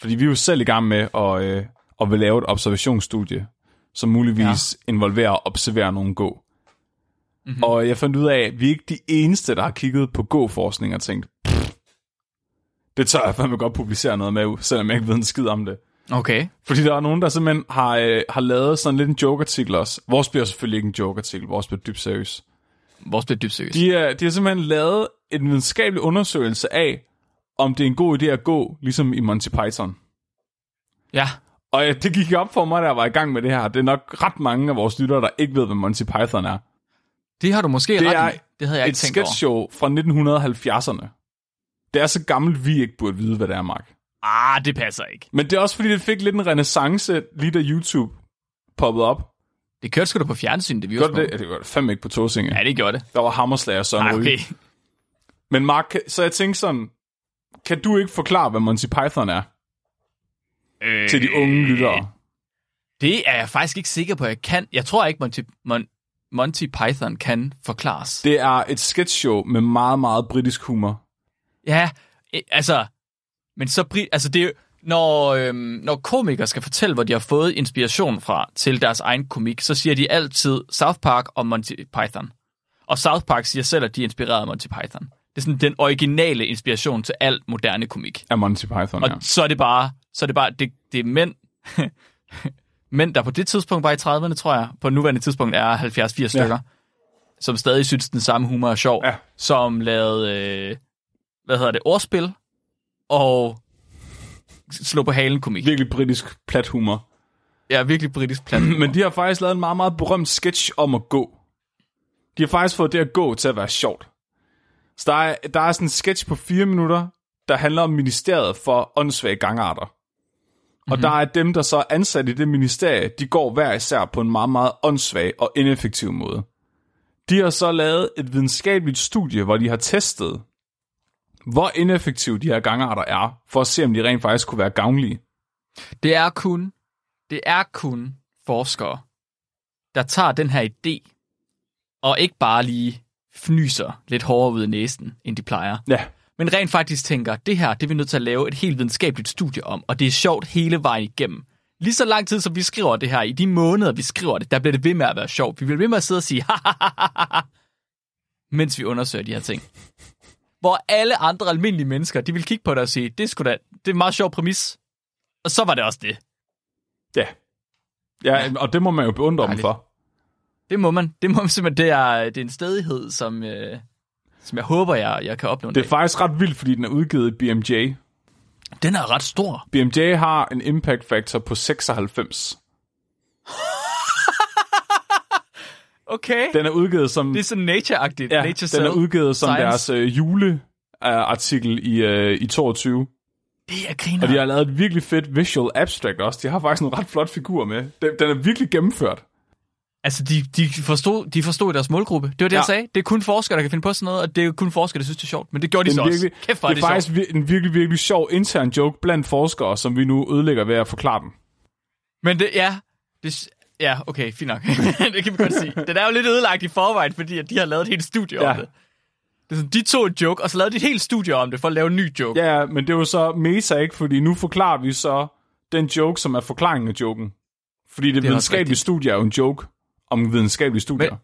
Fordi vi er jo selv i gang med at, øh, at vil lave et observationsstudie, som muligvis ja. involverer at observere nogen gå. Mm-hmm. Og jeg fandt ud af, at vi er ikke de eneste, der har kigget på gåforskning og tænkt, "Pff, det tør jeg fandme godt publicere noget med, selvom jeg ikke ved en skid om det. Okay. Fordi der er nogen, der simpelthen har, øh, har lavet sådan lidt en joke-artikel også. Vores bliver selvfølgelig ikke en joke-artikel, vores bliver dybt seriøs. Vores bliver dybt seriøst. De, er, de har simpelthen lavet en videnskabelig undersøgelse af, om det er en god idé at gå, ligesom i Monty Python. Ja. Og øh, det gik op for mig, da jeg var i gang med det her. Det er nok ret mange af vores lyttere, der ikke ved, hvad Monty Python er. Det har du måske Det er ret i. Det havde jeg Et ikke tænkt over. sketchshow fra 1970'erne. Det er så gammelt, vi ikke burde vide, hvad det er, Mark. Ah, det passer ikke. Men det er også, fordi det fik lidt en renaissance, lige da YouTube poppede op. Det kørte sgu da på fjernsyn, det vi Gjorde det? Ja, det gjorde det fandme ikke på Torsinge. Ja, det gjorde det. Der var Hammerslag og Søren Ej, Ryge. okay. Men Mark, kan- så jeg tænkte sådan, kan du ikke forklare, hvad Monty Python er Øh, til de unge lyttere? Det er jeg faktisk ikke sikker på, jeg kan. Jeg tror ikke, Monty, Mon, Monty Python kan forklares. Det. Det er et sketchshow med meget, meget britisk humor. Ja, øh, altså... Men så... bri- Altså, det er jo, når, øhm, når komikere skal fortælle, hvor de har fået inspiration fra til deres egen komik, så siger de altid South Park og Monty Python. Og South Park siger selv, at de er inspireret af Monty Python. Det er sådan den originale inspiration til al moderne komik. Af Monty Python, Og ja. så er det bare, så er det, bare det, det er mænd, mænd, der på det tidspunkt var i 30'erne, tror jeg, på nuværende tidspunkt er 70-80 stykker, som stadig synes, den samme humor er sjov, Ja. som lavede, øh, hvad hedder det, ordspil, og slå på halen komik. Virkelig britisk plat humor. Jeg er virkelig britisk plan. Men de har faktisk lavet en meget, meget berømt sketch om at gå. De har faktisk fået det at gå til at være sjovt. Så der er, der er sådan en sketch på fire minutter, der handler om ministeriet for åndssvage gangarter. Og mm-hmm. der er dem, der så er ansat i det ministerie, de går hver især på en meget, meget åndssvag og ineffektiv måde. De har så lavet et videnskabeligt studie, hvor de har testet, hvor ineffektive de her gangarter er, for at se, om de rent faktisk kunne være gavnlige. Det er kun, det er kun forskere, der tager den her idé, og ikke bare lige fnyser lidt hårdere ud af næsen, end de plejer. Ja, men rent faktisk tænker, det her, det er vi nødt til at lave et helt videnskabeligt studie om, og det er sjovt hele vejen igennem. Lige så lang tid, som vi skriver det her, i de måneder, vi skriver det, der bliver det ved med at være sjovt. Vi bliver ved med at sidde og sige, mens vi undersøger de her ting. Hvor alle andre almindelige mennesker, de vil kigge på det og sige, det er sgu da, det er en meget sjov præmis. Og så var det også det. Ja. Ja, og det må man jo beundre dem Dejligt. for. Det må man. Det må man simpelthen. Det er, det er en stedighed, som, øh, som jeg håber, jeg, jeg kan opnå. en Det er dag. faktisk ret vildt, fordi den er udgivet i BMJ. Den er ret stor. BMJ har en impact factor på 96. Okay. Den er udgivet som, Det er så nature-agtigt. ja, nature den er udgivet som science. deres øh, juleartikel i, øh, i 22. Det Og er de griner. har lavet et virkelig fedt visual abstract også. De har faktisk en ret flot figur med. Den, den er virkelig gennemført. Altså, de, de, forstod, de forstod deres målgruppe. Det var det, ja. Ja. jeg sagde. Det er kun forskere, der kan finde på sådan noget, og det er kun forskere, der synes, det er sjovt. Men det gjorde de Det så er, virkelig, også. Kæft, det hvor er det, er det faktisk vir- en virkelig, virkelig sjov intern joke blandt forskere, som vi nu ødelægger ved at forklare den. Men det, ja, det, s- ja, okay, fint nok. det kan vi godt sige. Den er jo lidt ødelagt i forvejen, fordi at de har lavet et helt studie ja. Ja. om det. Det er sådan, de tog en joke, og så lavede de et helt studie om det, for at lave en ny joke. Ja, ja, men det er jo så meta, ikke? Fordi nu forklarer vi så den joke, som er forklaringen af joken. Fordi det, det også videnskabelige rigtigt. studie er jo en joke om videnskabelige studier. Men-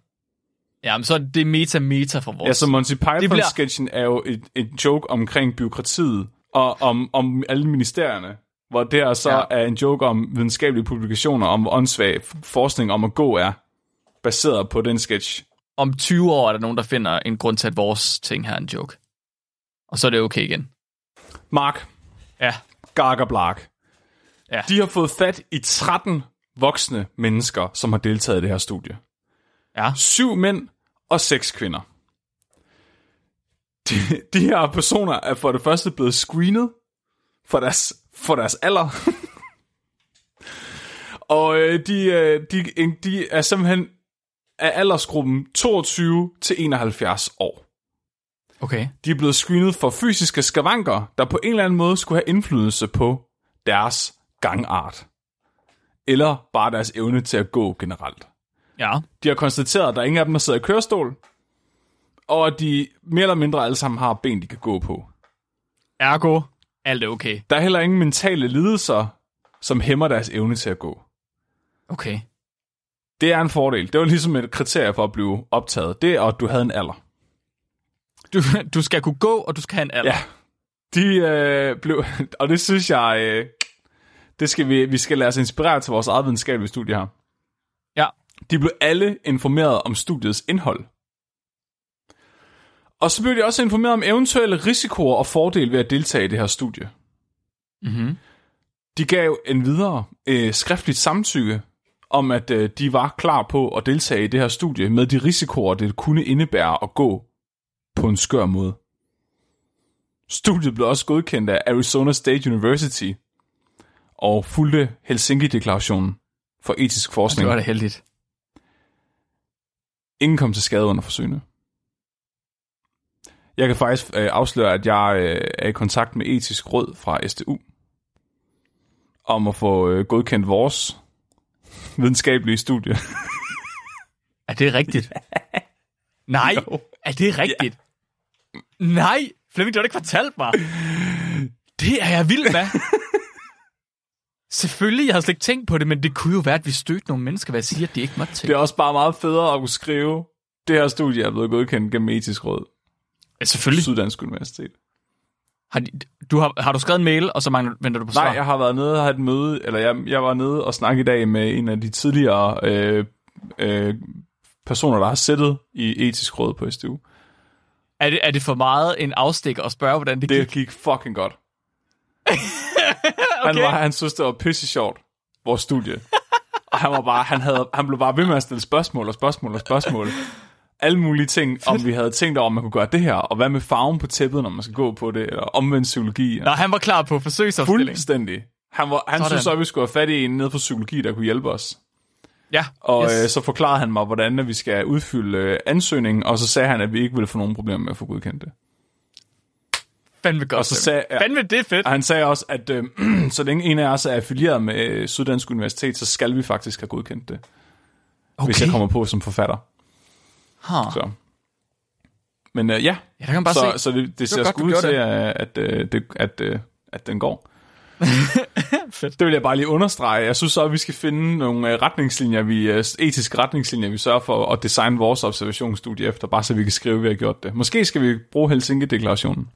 Ja, men så er det meta-meta for vores. Ja, så Monty Det bliver- Python-sketchen er jo et, et joke omkring byråkratiet og om, om alle ministerierne, hvor det her så Ja. ja. er en joke om videnskabelige publikationer, om hvor åndssvag f- forskning om at gå er, baseret på den sketch. Om 20 år er der nogen, der finder en grund til, at vores ting her er en joke. Og så er det okay igen. Mark Ja, Gargerblak, Ja. de har fået fat i 13 voksne mennesker, som har deltaget i det her studie. ja. Syv mænd og seks kvinder. De, de her personer er for det første blevet screenet for deres, for deres alder. og øh, de, øh, de, en- de er simpelthen af aldersgruppen 22 til 71 år. Okay. De er blevet screenet for fysiske skavanker, der på en eller anden måde skulle have indflydelse på deres gangart. Eller bare deres evne til at gå generelt. Ja. De har konstateret, at der er ingen af dem, der sidder i kørestol, og at de mere eller mindre alle sammen har ben, de kan gå på. Ergo, alt er okay. Der er heller ingen mentale lidelser, som hæmmer deres evne til at gå. Okay. Det er en fordel. Det var ligesom et kriterie for at blive optaget. Det er, at du havde en alder. Du, du skal kunne gå, og du skal have en alder. Ja. De øh, blev... Og det synes jeg... Øh, det skal vi, vi skal lade os inspirere til vores eget videnskabelige studie her. Ja. De blev alle informeret om studiets indhold. Og så blev de også informeret om eventuelle risikoer og fordele ved at deltage i det her studie. Mm-hmm. De gav en videre øh, skriftligt samtykke om, at øh, de var klar på at deltage i det her studie med de risikoer, det kunne indebære at gå på en skør måde. Studiet blev også godkendt af Arizona State University og fulgte Helsinki-deklarationen for etisk Det forskning. var da heldigt. Ingen kom til skade under forsøgene. Jeg kan faktisk øh, afsløre, at jeg øh, er i kontakt med etisk råd fra SDU om at få øh, godkendt vores videnskabelige studie. Er det rigtigt? Nej, er det rigtigt? Nej, Flemming, du har da ikke fortalt mig. Det er jeg vild med. Selvfølgelig, jeg havde slet ikke tænkt på det, men det kunne jo være, at vi stødte nogle mennesker ved at sige, at det ikke måtte Det tænke. er også bare meget federe at kunne skrive, det her studie er blevet godkendt gennem etisk råd Ja, på selvfølgelig. Syddansk Universitet. Har, de, du har, har du skrevet en mail, og så mangler, venter du på svar? Nej, jeg har været nede og have et møde, eller jeg, jeg var nede og snakke i dag med en af de tidligere øh, øh, personer, der har sættet i etisk råd på SDU. er, det, er det for meget en afstik at spørge, hvordan det, det. Det gik? gik fucking godt. okay. Han, var, han synes, det var pisse sjovt, vores studie. Og han, var bare, han, havde, han blev bare ved med at stille spørgsmål og spørgsmål og spørgsmål. Alle mulige ting, om vi havde tænkt over, om man kunne gøre det her, og hvad med farven på tæppet, når man skal gå på det, eller omvendt psykologi. Nå, han var klar på forsøgsopstilling. Fuldstændig. Han, var, han Sådan. synes så, at vi skulle have fat i en nede fra psykologi, der kunne hjælpe os. Ja, Og yes. yes. øh, så forklarede han mig, hvordan at vi skal udfylde øh, ansøgningen, og så sagde han, at vi ikke ville få nogen problemer med at få godkendt det. fandme godt. Og så sagde- ja. Fandme det er fedt. Og han sagde også, at øh, så længe en af os er affilieret med øh, Syddansk Universitet, så skal vi faktisk have godkendt det, okay. Okay. hvis jeg kommer på som forfatter. Huh. Så. Men øh, ja, Ja, der kan man bare så, se. så det, det ser godt, sgu du ud gjorde til, at, at, øh, det, at, øh, at den går. Fedt. Det vil jeg bare lige understrege. Jeg synes så, at vi skal finde nogle øh, retningslinjer, vi, øh, etiske retningslinjer, vi sørger for at designe vores observationsstudie efter, bare så vi kan skrive, at vi har gjort det. Måske skal vi bruge Helsinki-deklarationen.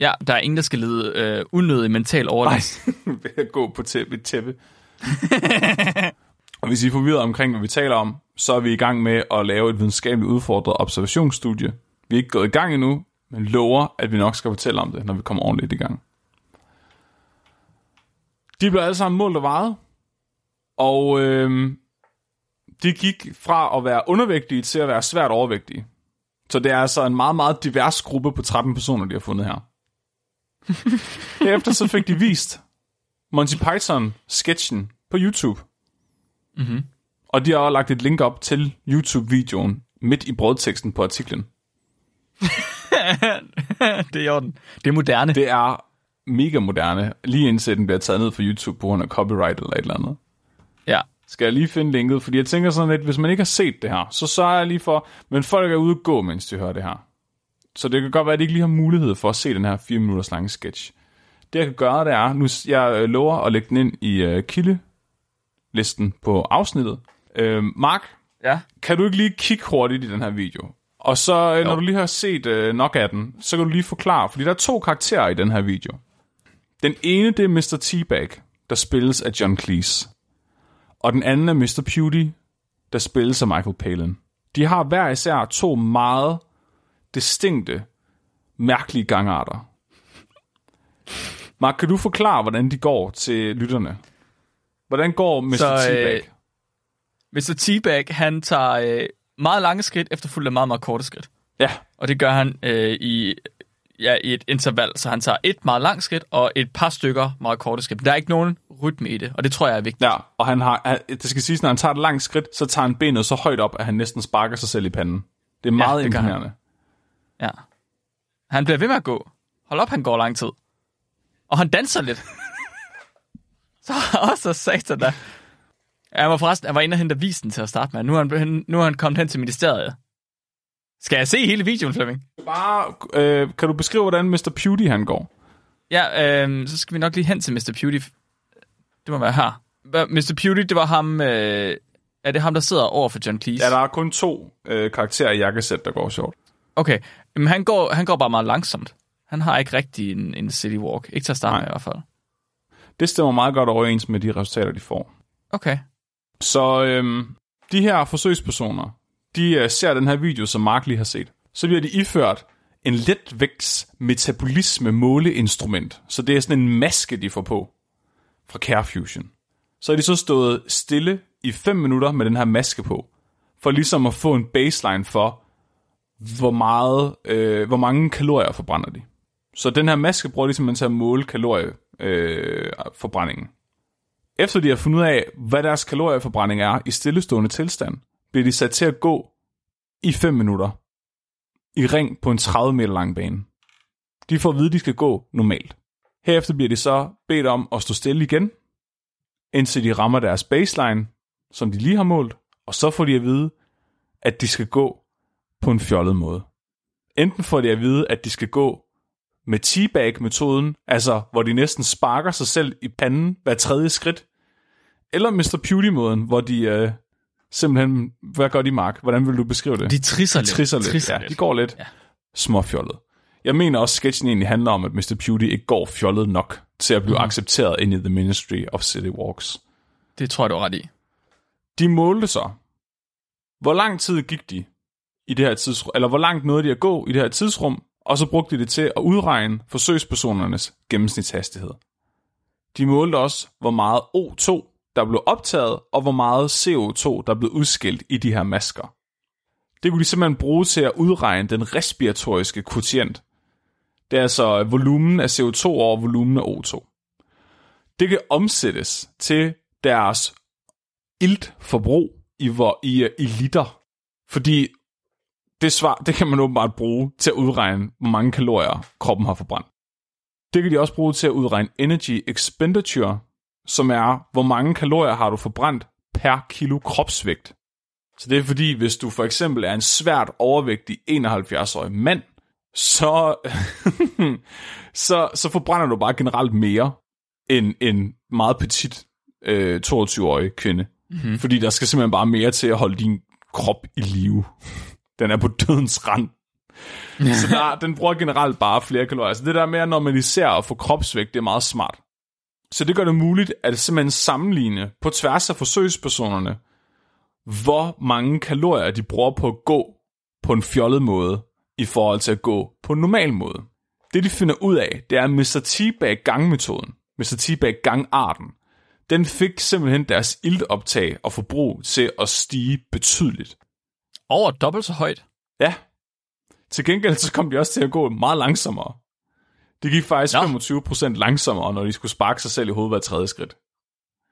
Ja, der er ingen, der skal lide øh, unødig mental overlast. ved at gå på tæppe, et tæppe. og hvis I er forvirret omkring, hvad vi taler om, så er vi i gang med at lave et videnskabeligt udfordret observationsstudie. Vi er ikke gået i gang endnu, men lover, at vi nok skal fortælle om det, når vi kommer ordentligt i gang. De blev alle sammen målt og vejet, og øhm, de gik fra at være undervægtige til at være svært overvægtige. Så det er altså en meget, meget divers gruppe på 13 personer, de har fundet her. Derefter så fik de vist Monty Python-sketchen på YouTube. Mm-hmm. Og de har også lagt et link op til YouTube-videoen midt i brødteksten på artiklen. det er i orden. Det er moderne. Det er mega moderne, lige indtil den bliver taget ned fra YouTube på grund af copyright eller et eller andet. Ja. Skal jeg lige finde linket? Fordi jeg tænker sådan lidt, hvis man ikke har set det her, så sørger jeg lige for... Men folk er ude at gå, mens de hører det her. Så det kan godt være, at de ikke lige har mulighed for at se den her 4 minutters lange sketch. Det jeg kan gøre, det er... Nu s- jeg øh, lover at lægge den ind i øh, kildelisten på afsnittet. Øh, Mark, Ja. kan du ikke lige kigge hurtigt i den her video? Og så, øh, når du lige har set øh, nok af den, så kan du lige forklare, fordi der er to karakterer i den her video. Den ene, det er Mr. T-Bag, der spilles af John Cleese. Og den anden er Mr. Pewdie, der spilles af Michael Palin. De har hver især to meget distinkte, mærkelige gangarter. Mark, kan du forklare, hvordan de går til lytterne? Hvordan går Mr. Så, øh, T-Bag? Mr. T-Bag, han tager øh, meget lange skridt, efterfulgt af meget, meget korte skridt. Ja, Og det gør han øh, i, ja, i et interval, så han tager et meget langt skridt og et par stykker meget korte skridt. Men Der er ikke nogen rytme i det, og det tror jeg er vigtigt. Ja, og han har, han- det skal siges, når han tager et langt skridt, så tager han benet så højt op, at han næsten sparker sig selv i panden. Det er meget ja, det gør han. imponerende. Ja. Han bliver ved med at gå. Hold op, han går lang tid. Og han danser lidt. så også satan da. Jeg var forresten, jeg var inde og hente avisen til at starte med. Nu er han, nu er han kommet hen til ministeriet. Skal jeg se hele videoen, Flemming? Bare, øh, kan du beskrive, hvordan Mr. Pewdie han går? Ja, øhm, så skal vi nok lige hen til Mr. Pewdie. Det må være her. Hvad- Mr. Pewdie, det var ham... Øh, er det ham, der sidder over for John Cleese? Ja, der er kun to øh, karakterer i jakkesæt, der går sjovt. Okay, men han går, han går bare meget langsomt. Han har ikke rigtig en, en city walk. Ikke til at starte Nej. med i hvert fald. Det stemmer meget godt overens med de resultater, de får. Okay. Så øh, de her forsøgspersoner, de øh, ser den her video, som Mark lige har set. Så bliver de iført en letvægts metabolisme måleinstrument. Så det er sådan en maske, de får på fra Carefusion. så er de så stået stille i 5 minutter med den her maske på, for ligesom at få en baseline for, hvor, meget, øh, hvor mange kalorier forbrænder de. Så den her maske bruger de simpelthen til at måle kalorieforbrændingen. Efter de har fundet ud af, hvad deres kalorieforbrænding er i stillestående tilstand, bliver de sat til at gå i 5 minutter i ring på en 30 meter lang bane. De får at vide, at de skal gå normalt. Herefter bliver de så bedt om at stå stille igen, indtil de rammer deres baseline, som de lige har målt, og så får de at vide, at de skal gå på en fjollet måde. Enten får de at vide, at de skal gå med teabag-metoden, altså hvor de næsten sparker sig selv i panden hver tredje skridt, eller Mr. Pewdie-måden, hvor de øh, simpelthen, hvad gør de, Mark? Hvordan vil du beskrive det? De trisser lidt. trisser lidt. Trisser ja, lidt. De går lidt ja. småfjollet. Jeg mener også, at sketchen egentlig handler om, at Mr. Pewdie ikke går fjollet nok til at blive mm. accepteret ind i The Ministry of City Walks. Det tror jeg, du har ret i. De målte så, hvor lang tid gik de i det her tidsrum, eller hvor langt nåede de at gå i det her tidsrum, og så brugte de det til at udregne forsøgspersonernes gennemsnitshastighed. De målte også, hvor meget O2, der blev optaget, og hvor meget CO2, der blev udskilt i de her masker. Det kunne de simpelthen bruge til at udregne den respiratoriske kvotient. Det er altså volumen af CO2 over volumen af O2. Det kan omsættes til deres iltforbrug i, hvor, i, øh, i liter. Fordi det svar, det kan man åbenbart bruge til at udregne, hvor mange kalorier kroppen har forbrændt. Det kan de også bruge til at udregne energy expenditure, som er, hvor mange kalorier har du forbrændt per kilo kropsvægt. Så det er fordi, hvis du for eksempel er en svært overvægtig 71-årig mand, så, så, så forbrænder du bare generelt mere end en meget petit øh, 22-årig kvinde. Mm. Fordi der skal simpelthen bare mere til at holde din krop i live. Den er på dødens rand. så der, den bruger generelt bare flere kalorier. Så det der med at normalisere og få kropsvægt, det er meget smart. Så det gør det muligt at simpelthen sammenligne på tværs af forsøgspersonerne, hvor mange kalorier de bruger på at gå på en fjollet måde, i forhold til at gå på en normal måde. Det de finder ud af, det er Mr. T-Bag gangmetoden, Mr. T-Bag gangarten, den fik simpelthen deres iltoptag og forbrug til at stige betydeligt. Over dobbelt så højt. Ja. Til gengæld så kom de også til at gå meget langsommere. De gik faktisk Nå. 25% langsommere, når de skulle sparke sig selv i hovedet hver tredje skridt.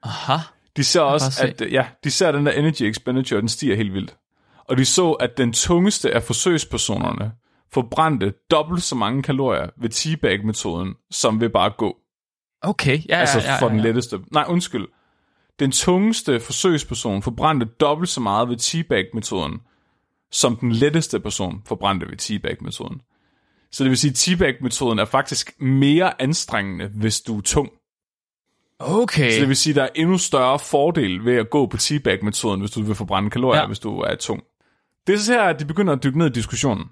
Aha. De ser også, se. at øh, ja, de ser, at den der energy expenditure, den stiger helt vildt. Og de så, at den tungeste af forsøgspersonerne forbrændte dobbelt så mange kalorier ved teabag-metoden, som ved bare at gå. Okay, ja, Altså ja, ja, ja. for den letteste. Nej, undskyld. Den tungeste forsøgsperson forbrændte dobbelt så meget ved teabag-metoden, som den letteste person forbrændte ved teabag-metoden. Så det vil sige, at teabag-metoden er faktisk mere anstrengende, hvis du er tung. Okay. Så det vil sige, at der er endnu større fordel ved at gå på teabag-metoden, hvis du vil forbrænde kalorier, ja. Ja. hvis du er tung. Det er så her, at de begynder at dykke ned i diskussionen.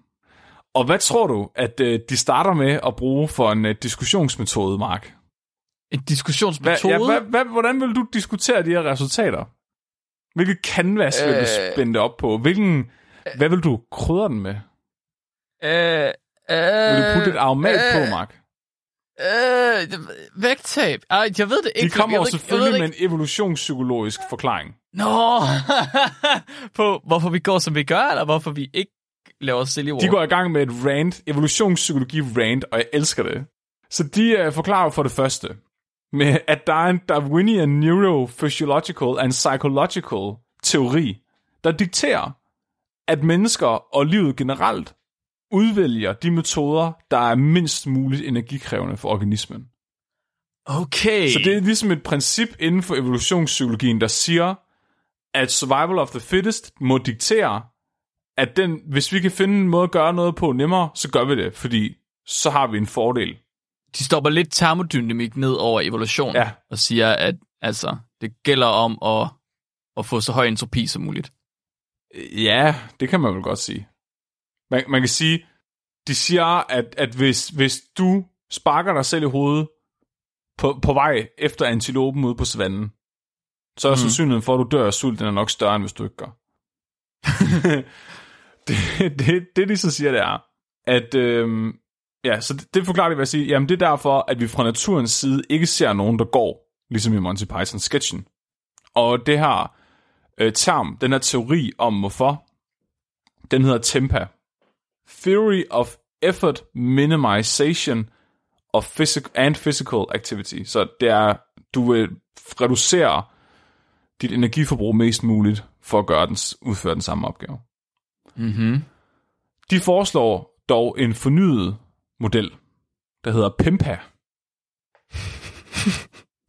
Og hvad tror du, at øh, de starter med at bruge for en øh, diskussionsmetode, Mark? En Hvad, diskussionsmetode? ja, hvad, hvad, hvordan vil du diskutere de her resultater? Hvilket canvas øh... vil du Øh. spænde det op på? Hvilken, hvad vil du krydre den med? Øh, øh, Vil du putte et aromat øh... på, Mark? Øh, det- vægttab. Ej, jeg ved det ikke. De kommer jeg jo ved ikke- jeg ved selvfølgelig det med en evolutionspsykologisk forklaring. Nå, på hvorfor vi går, som vi gør, eller hvorfor vi ikke laver silly war. De går i gang med et rant, evolutionspsykologi rant, og jeg elsker det. Så de uh, forklarer for det første, med at der er en Darwinian neurophysiological and psychological teori, der dikterer, at mennesker og livet generelt udvælger de metoder, der er mindst muligt energikrævende for organismen. Okay. Så det er ligesom et princip inden for evolutionspsykologien, der siger, at survival of the fittest må diktere, at den, hvis vi kan finde en måde at gøre noget på nemmere, så gør vi det, fordi så har vi en fordel. De stopper lidt termodynamik ned over evolutionen, Ja. og siger, at altså, det gælder om at, at få så høj entropi som muligt. Øh, Ja, det kan man vel godt sige. Man, man kan sige, de siger, at, at hvis, hvis du sparker dig selv i hovedet på, på vej efter antilopen ude på savannen, så er mm. sandsynligheden for, at du dør af sult, den er nok større, end hvis du ikke gør. det, det, det, de så siger, det er, at... Øhm, ja, så det, det forklarer de ved at sige, jamen det er derfor, at vi fra naturens side ikke ser nogen, der går, ligesom i Monty Python-sketchen. Og det her øh, term, den her teori om hvorfor, den hedder TEMPA. Theory of Effort Minimization of physic- and Physical Activity. Så det er, du vil reducere dit energiforbrug mest muligt for at gøre den, udføre den samme opgave. Mm-hmm. De foreslår dog en fornyet model, der hedder PIMPA.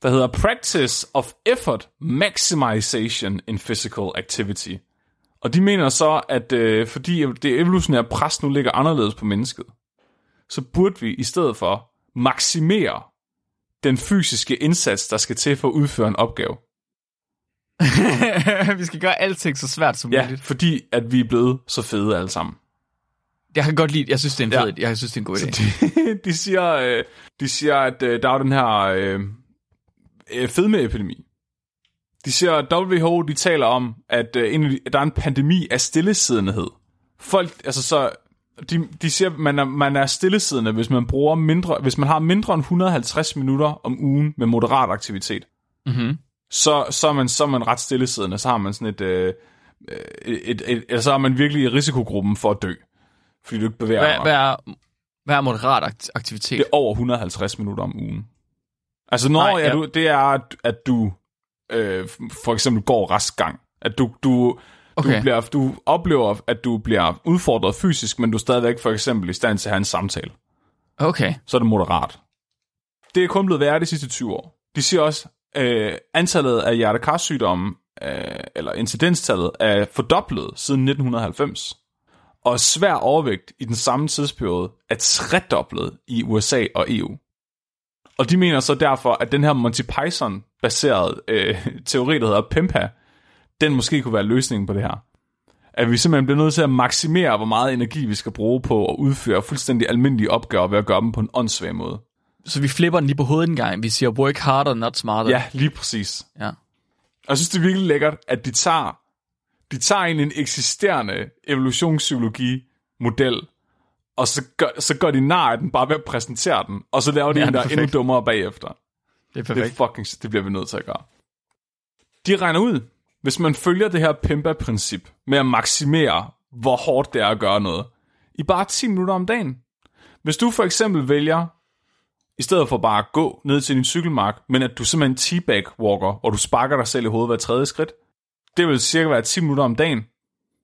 der hedder Practice of Effort Maximization in Physical Activity. Og de mener så, at øh, fordi det evolutionære pres nu ligger anderledes på mennesket, så burde vi i stedet for maksimere den fysiske indsats, der skal til for at udføre en opgave. vi skal gøre alting så svært som Ja, muligt. fordi at vi er blevet så fede alle sammen. Jeg kan godt lide Jeg synes, det er en fed Ja. idé. Jeg synes, det er en god idé. de, de, siger, øh, de siger, at øh, der er jo den her øh, øh, fedmeepidemi. De siger, at WHO de taler om, at øh, en af de- der er en pandemi af stillesidenhed. Folk, altså så, de, de siger, at man er, man er stillesiddende, hvis man, bruger mindre, hvis man har mindre end 150 minutter om ugen med moderat aktivitet. Mm-hmm. Så, så, er man, så er man ret stillesiddende, så har man sådan et, øh, et, et, et, et, så er man virkelig i risikogruppen for at dø, fordi du ikke bevæger dig. Hvad, hvad, er, hvad er moderat akt- aktivitet? Det er over 150 minutter om ugen. Altså, når Nej, Nej, ja. ja. du, det er, at- at du øh, for eksempel går restgang. At du, du, okay. Okay. du, bliver, du oplever, at du bliver udfordret fysisk, men du er stadigvæk for eksempel i stand til at have en samtale. Okay. Så er det moderat. Det er kun blevet værre de sidste 20 år. De siger også, øh, antallet af hjertekarsygdomme, øh, eller incidenstallet, er fordoblet siden 1990. Og svær overvægt i den samme tidsperiode er tredoblet i USA og EU. Og de mener så derfor, at den her Monty Python-baserede øh, teori, der hedder PIMPA, den måske kunne være løsningen på det her. At vi simpelthen bliver nødt til at maksimere, hvor meget energi vi skal bruge på at udføre fuldstændig almindelige opgaver ved at gøre dem på en åndssvag måde. Så vi flipper den lige på hovedet en gang. Vi siger, work harder, not smarter. Ja, lige præcis. Ja. Og jeg synes, det er virkelig lækkert, at de tager, de tager en, en eksisterende evolutionspsykologi-model, og så gør, så gør de nar af den bare ved at præsentere den, og så laver de Ja, ja, en, det der er er endnu perfekt. dummere bagefter. Det er Det, perfekt. er fucking, det bliver vi nødt til at gøre. De regner ud, hvis man følger det her PIMPA-princip med at maksimere, hvor hårdt det er at gøre noget, i bare 10 minutter om dagen. Hvis du for eksempel vælger i stedet for bare at gå ned til din cykelmark, men at du simpelthen teabag walker, og du sparker dig selv i hovedet hver tredje skridt, det vil cirka være 10 minutter om dagen,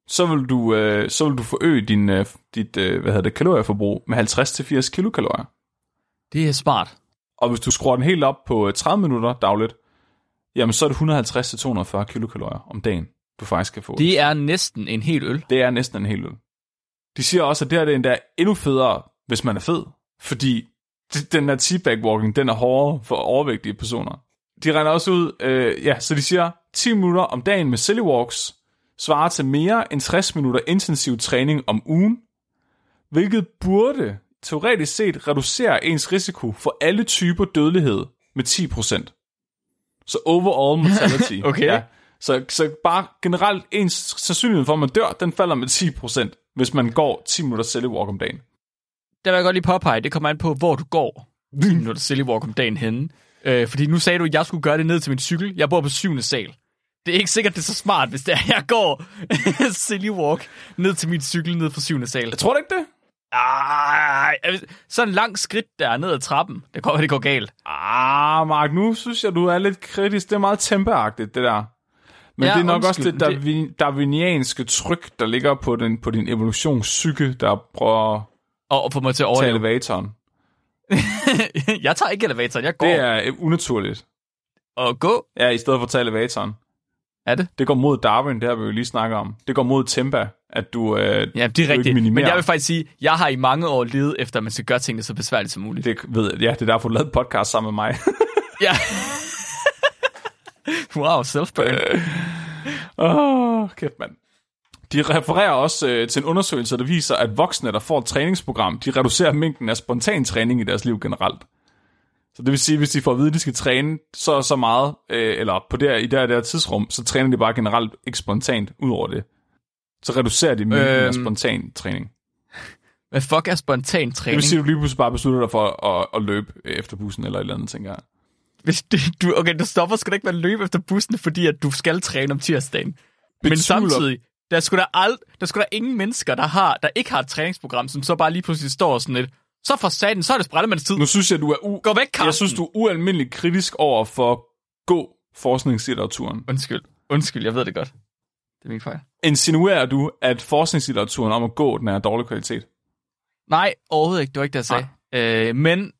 så vil du, øh, så vil du forøge din, øh, dit øh, hvad hedder det, kalorieforbrug med 50-80 kilokalorier. Det er smart. Og hvis du skruer den helt op på øh, 30 minutter dagligt, jamen så er det 150-240 kilokalorier om dagen, du faktisk kan få. Det er næsten en hel øl. Det er næsten en hel øl. De siger også, at det her det er endda endnu federe, hvis man er fed. Fordi d- den her teabag walking, den er hårdere for overvægtige personer. De regner også ud, øh, ja, så de siger, 10 minutter om dagen med silly walks svarer til mere end 60 minutter intensiv træning om ugen, hvilket burde teoretisk set reducere ens risiko for alle typer dødelighed med 10%. Så overall mortality. Okay. Ja. Så, så bare generelt ens sandsynlighed for, at man dør, den falder med 10%, hvis man går 10 minutter silly walk om dagen. Der vil jeg godt lige påpege, det kommer an på, hvor du går, når du silly walk om dagen henne. Øh, fordi nu sagde du, at jeg skulle gøre det ned til min cykel. Jeg bor på syvende sal. Det er ikke sikkert, det er så smart, hvis det er, jeg går silly walk ned til min cykel ned fra syvende sal. Jeg tror da ikke det? Ej, sådan en lang skridt der ned ad trappen. Det går, det går galt. Ah, Mark, nu synes jeg, du er lidt kritisk. Det er meget tempeagtigt, det der. Men Ja, ja, det er nok undskyld, også det, men darwin, darwinianske tryk, der ligger på din, på din evolutionspsyke, der prøver at Og, og få mig til tage at overleve. elevatoren. jeg tager ikke elevatoren, jeg går Det er... er øh, unaturligt. og gå. Ja, i stedet for at tage elevatoren. Er det? Det går mod Darwin, det har vi jo lige snakket om. Det går mod tempa, at du... Øh, Ja, det du er ikke rigtigt. Men minimerer. jeg vil faktisk sige, jeg har i mange år levet efter, at man skal gøre tingene så besværligt som muligt. Det ved jeg. Ja, det er derfor, du lavede en podcast sammen med mig. Ja. wow, self-burn. Åh, oh, kæft mand. De refererer også øh, til en undersøgelse, der viser, at voksne, der får et træningsprogram, de reducerer mængden af spontan træning i deres liv generelt. Så det vil sige, hvis de får at vide, at de skal træne så og så meget, øh, eller på der, i der og der tidsrum, så træner de bare generelt ikke spontant ud over det. Så reducerer de mængden øhm, Øhm, af spontan træning. Hvad fuck er spontan Det træning? vil sige, at du lige pludselig bare beslutter dig for at, at løbe øh, efter bussen eller et eller andet, tænker jeg. Hvis det- du, okay, du stopper skal da ikke med at løbe efter bussen, fordi at du skal træne om tirsdagen. Men Betvivler- samtidig, der skulle der, alt, der, skulle der ingen mennesker, der, har, der ikke har et træningsprogram, som så bare lige pludselig står og sådan lidt, så for satan, så er det sprællemands tid. Nu synes jeg, du er u... Gå væk, Carsten. Jeg synes, du er ualmindeligt kritisk over for god forskningslitteraturen. Undskyld. Undskyld, jeg ved det godt. Det er min fejl. Insinuerer du, at forskningslitteraturen om at gå, den er af dårlig kvalitet? Nej, overhovedet ikke. Det var ikke det, jeg sagde. Øh, men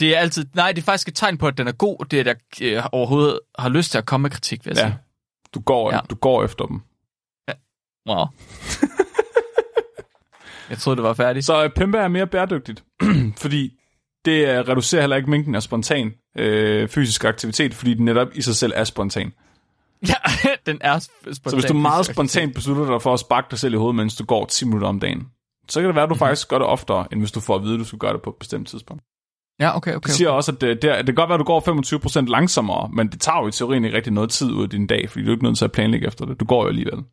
det er altid... Nej, det er faktisk et tegn på, at den er god. Det er, at jeg øh, overhovedet har lyst til at komme med kritik, vil jeg ja. sige. Du går, Ja. ja. du går efter dem. Wow. jeg troede, det var færdigt. Så øh, Pemba er mere bæredygtigt, fordi det øh, reducerer heller ikke mængden af spontan øh, fysisk aktivitet, fordi den netop i sig selv er spontan. Ja, den er sp- spontan. Så hvis du meget spontant beslutter dig for at sparke dig selv i hovedet, mens du går 10 minutter om dagen, så kan det være, at du faktisk gør det oftere, end hvis du får at vide, at du skal gøre det på et bestemt tidspunkt. Ja, okay, okay. Det siger også, at det, der, det kan godt være, at du går 25% langsommere, men det tager jo i teorien ikke rigtig noget tid ud af din dag, fordi du er ikke nødt til at planlægge efter det. Du går jo alligevel.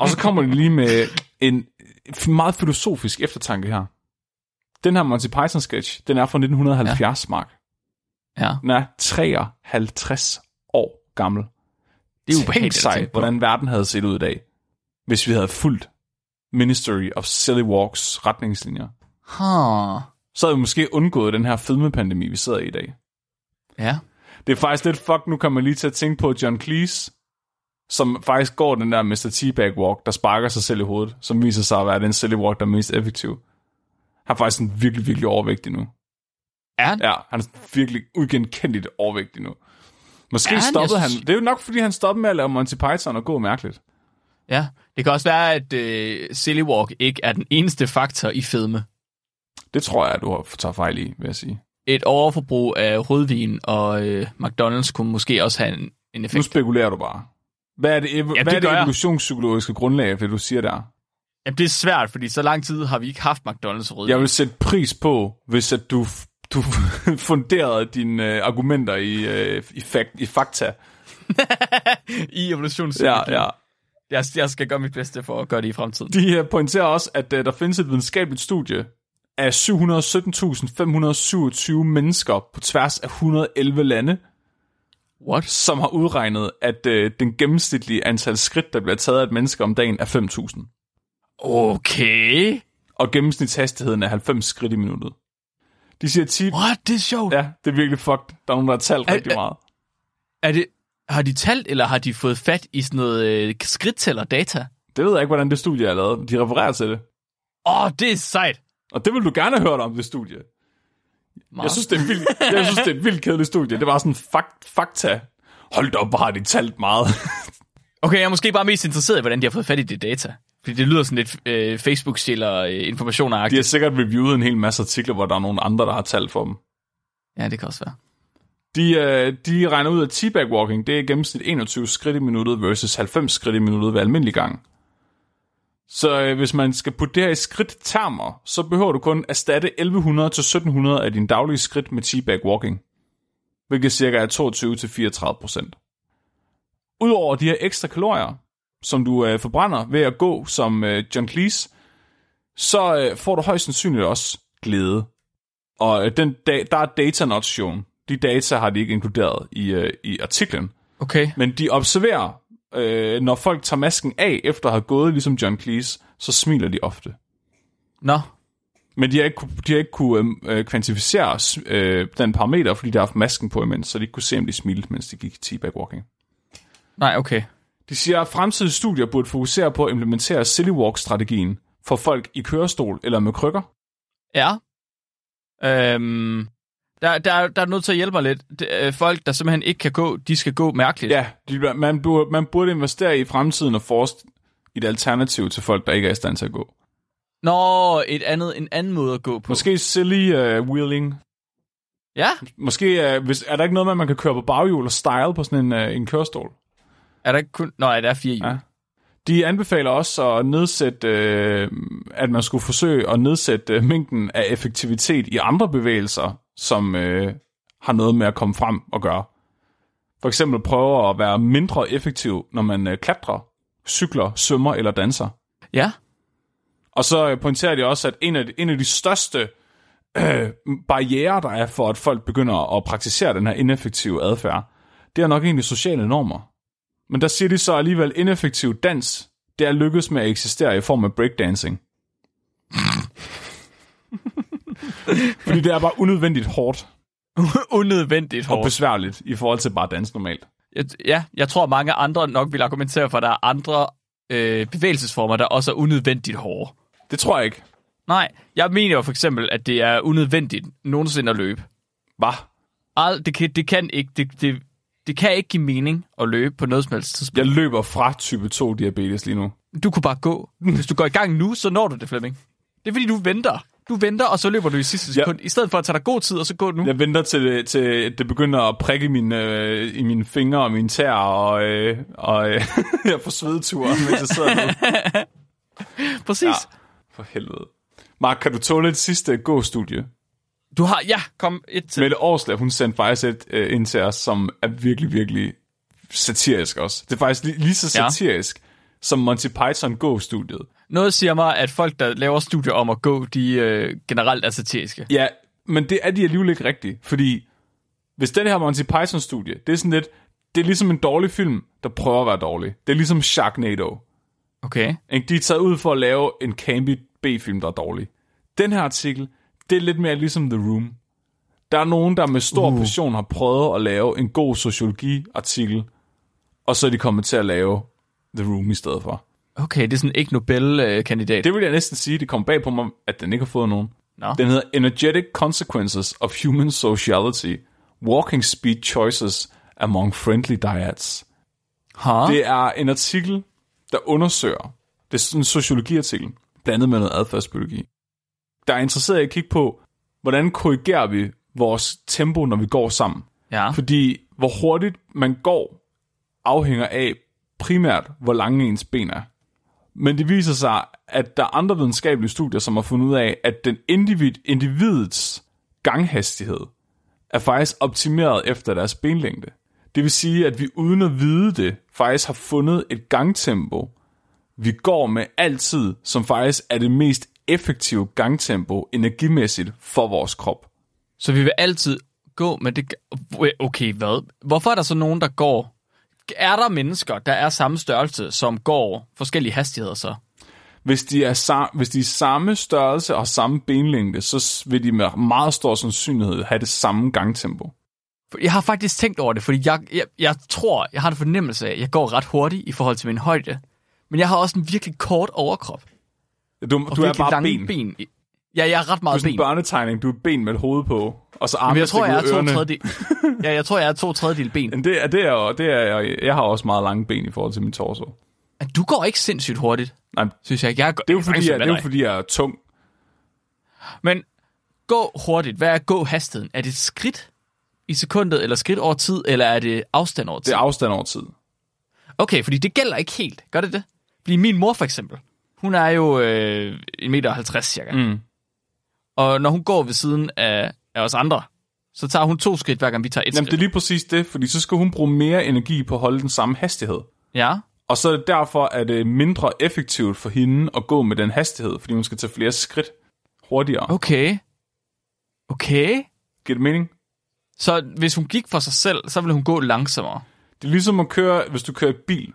og så kommer det lige med en meget filosofisk eftertanke her. Den her Monty Python sketch, den er fra 1970, ja. Mark. Ja. Den er 53 år gammel. Det er Tænk ubehageligt at sig, tænke på. hvordan verden havde set ud i dag, hvis vi havde fulgt Ministry of Silly Walks retningslinjer. Huh. Så havde vi måske undgået den her fedmepandemi, vi sidder i i dag. Ja. Det er faktisk lidt fuck, nu kommer jeg lige til at tænke på John Cleese, som faktisk går den der Mr. Teabag Walk, der sparker sig selv i hovedet, som viser sig at være den silly walk, der er mest effektiv. Han er faktisk sådan virkelig, virkelig overvægtig nu. Er han? Ja, han er sådan virkelig uigenkendeligt overvægtig nu. Måske Er han? Jeg stoppede han, synes- Det er jo nok, fordi han stoppede med at lave Monty Python og gå mærkeligt. Ja. Det kan også være, at øh, Silly Walk ikke er den eneste faktor i fedme. Det tror jeg, du har- tager fejl i, vil jeg sige. Et overforbrug af rødvin og øh, McDonald's kunne måske også have en, en Nu effekt. spekulerer du bare. Hvad er det, ev- ja, hvad det er gør det jeg. evolutionspsykologiske grundlag, for det du siger der? Jamen, det er svært, fordi så lang tid har vi ikke haft McDonald's rødvin. Jeg vil sætte pris på, hvis at du, du funderede dine øh, argumenter i, øh, i, fak, i fakta. I evolutionspsykologi. Ja, ja. Jeg, jeg skal gøre mit bedste for at gøre det i fremtiden. De øh, pointerer også, at øh, der findes et videnskabeligt studie af 717.527 mennesker på tværs af 111 lande, What? som har udregnet, at øh, den gennemsnitlige antal skridt, der bliver taget af et menneske om dagen, er 5.000. Okay. Og gennemsnitshastigheden er 90 skridt i minuttet. De siger tit, What? Det er sjovt. Ja. ja, det er virkelig fucked. Der er nogen, der har talt Er- rigtig er- meget. Er det, har de talt, eller har de fået fat i sådan noget øh, skridtæller data? Det ved jeg ikke, hvordan det studie er lavet. men De refererer til det. Åh, oh, det er sejt. Og det vil du gerne have hørt om, det studie. Jeg Meget. synes, det er, vildt, jeg synes, det er et vildt kedeligt studie. Det var sådan fakt, fakta. Hold da op, hvor har de talt meget. Okay, jeg er måske bare mest interesseret i, hvordan de har fået fat i det data. Fordi det lyder sådan lidt øh, facebook stiller øh, informationer De -agtigt. har sikkert reviewet en hel masse artikler, hvor der er nogle andre, der har talt for dem. Ja, det kan også være. De, øh, de regner ud, at teabag walking, det er gennemsnit 21 skridt i minuttet versus 90 skridt i minuttet ved almindelig gang. Så øh, hvis man skal putte det her i skridttermer, så behøver du kun erstatte 1100-1700 af dine daglige skridt med teabag walking, hvilket cirka er 22-34 procent. Udover de her ekstra kalorier, som du øh, forbrænder ved at gå som øh, John Cleese, så øh, får du højst sandsynligt også glæde. Og øh, den dag, der er data not shown. De data har de ikke inkluderet i, øh, i artiklen. Okay. Men de observerer, øh, når folk tager masken af, efter at have gået ligesom John Cleese, så smiler de ofte. Nå. Men de har ikke, kunne- de har ikke kunne øh, øh, kvantificere øh, den parameter, fordi de har haft masken på imens, så de ikke kunne se, om de smilte, mens de gik teabag walking. Nej, okay. De siger, at fremtidige studier burde fokusere på at implementere silly walk-strategien for folk i kørestol eller med krykker. Ja. Øhm, der, der, der er nødt til at hjælpe mig lidt. Det, øh, folk, der simpelthen ikke kan gå, de skal gå mærkeligt. Ja, de, man, burde, man burde investere i fremtiden og forske i et alternativ til folk, der ikke er i stand til at gå. Nå, et andet, en anden måde at gå på. Måske silly uh, wheeling. Ja, Måske uh, hvis, er der ikke noget med, at man kan køre på baghjul og style på sådan en, uh, en kørestol. er der ikke kun... Nå, ja, der er fire hjul. Ja. De anbefaler også at nedsætte, øh, at man skulle forsøge at nedsætte øh, mængden af effektivitet i andre bevægelser, som øh, har noget med at komme frem og gøre. For eksempel prøve at være mindre effektiv, når man øh, klatrer, cykler, svømmer eller danser. ja. Og så øh, pointerer de også, at en af de, en af de største øh, barriere, der er for, at folk begynder at praktisere den her ineffektive adfærd, det er nok egentlig sociale normer. Men der siger de så alligevel, at ineffektiv dans, det er lykkedes med at eksistere i form af breakdancing. Fordi det er bare unødvendigt hårdt Unødvendigt og hårdt. besværligt i forhold til bare at danse normalt. Jeg- Ja, jeg tror, mange andre nok vil argumentere for, at der er andre øh, bevægelsesformer, der også er unødvendigt hårde. Det tror jeg ikke. Nej, jeg mener jo for eksempel, at det er unødvendigt nogensinde at løbe. Var. Al, det, kan, det, kan ikke, det, det, det kan ikke give mening at løbe på noget som helst tidspunkt. Jeg løber fra type 2 diabetes lige nu. Du kunne bare gå. Hvis du går i gang nu, så når du det, Flemming. Det er fordi, du venter. Du venter, og så løber du i sidste Ja. sekund. I stedet for at tage dig god tid, og så gå nu. Jeg venter til, det- til det begynder at prikke min, øh, i mine fingre og mine tæer, og, øh, og øh, jeg får svedeture, mens jeg sidder nede. Præcis. Ja. For helvede. Mark, kan du tåle et sidste gå-studie? Du har, ja, kom et til. Mette Årslev, hun sendte faktisk et øh, ind til os, som er virkelig, virkelig satirisk også. Det er faktisk lige, lige så Ja. satirisk som Monty Python gå-studiet. Noget siger mig, at folk, der laver studier om at gå, de øh, generelt er satiriske. Ja, men det er de alligevel ikke rigtigt, fordi hvis den her Monty Python-studie, det er sådan lidt, det er ligesom en dårlig film, der prøver at være dårlig. Det er ligesom Sharknado. Okay. Ikke? De er taget ud for at lave en campy B-film, der er dårlig. Den her artikel, det er lidt mere ligesom The Room. Der er nogen, der med stor uh. passion har prøvet at lave en god sociologi-artikel, og så er de kommet til at lave The Room i stedet for. Okay, det er sådan ikke Nobel-kandidat. Det vil jeg næsten sige, det kom bag på mig, at den ikke har fået nogen. Nå. Den hedder Energetic Consequences of Human Sociality. Walking Speed Choices Among Friendly Diets. Huh? Det er en artikel, der undersøger, det er sådan en sociologiartikel, blandet med noget adfærdsbiologi, der er interesseret i at kigge på, hvordan korrigerer vi vores tempo, når vi går sammen. ja. Fordi hvor hurtigt man går, afhænger af primært, hvor lange ens ben er. Men det viser sig, at der er andre videnskabelige studier, som har fundet ud af, at den individ, individets ganghastighed er faktisk optimeret efter deres benlængde. Det vil sige, at vi uden at vide det, faktisk har fundet et gangtempo, vi går med altid, som faktisk er det mest effektive gangtempo energimæssigt for vores krop. Så vi vil altid gå, men det... øh, Okay, hvad? Hvorfor er der så nogen, der går... Er der mennesker, der er samme størrelse, som går forskellige hastigheder så? Hvis de, er sa- hvis de er samme størrelse og samme benlængde, så s- vil de med meget stor sandsynlighed have det samme gangtempo. Jeg har faktisk tænkt over det, fordi jeg, jeg, jeg tror, jeg har en fornemmelse af, at jeg går ret hurtigt i forhold til min højde. Men jeg har også en virkelig kort overkrop. Du, Og du er virkelig bare lange ben. ben. Ja, jeg er ret Du er meget sådan en ben. børnetegning. Du er ben med et hoved på, og så Men armene jeg tror, stikker jeg er ud af to ørerne. tredjedel. Ja, jeg tror, jeg er to tredjedel ben. Men det er, det er, jo- det er, jeg, jeg har også meget lange ben i forhold til min torso. Men Du går ikke sindssygt hurtigt, Nej, det synes jeg. Jeg går er jo fordi, jeg, det er jo fordi... fordi, jeg er tung. Men gå hurtigt. Hvad er gå hastigheden? Er det skridt i sekundet, eller skridt over tid, eller er det afstand over tid? Det er afstand over tid. Okay, fordi det gælder ikke helt. Gør det det? Fordi min mor for eksempel, hun er jo øh, 1,50 meter cirka. Mm. Og når hun går ved siden af, af os andre, så tager hun to skridt, hver gang vi tager et Jamen, det er skridt. lige præcis det, fordi så skal hun bruge mere energi på at holde den samme hastighed. Ja. Og så er det derfor, at det er mindre effektivt for hende at gå med den hastighed, fordi hun skal tage flere skridt hurtigere. Okay. Okay. Okay. Giver det mening? Så hvis hun gik for sig selv, så ville hun gå langsommere. Det er ligesom at køre, hvis du kører i bil.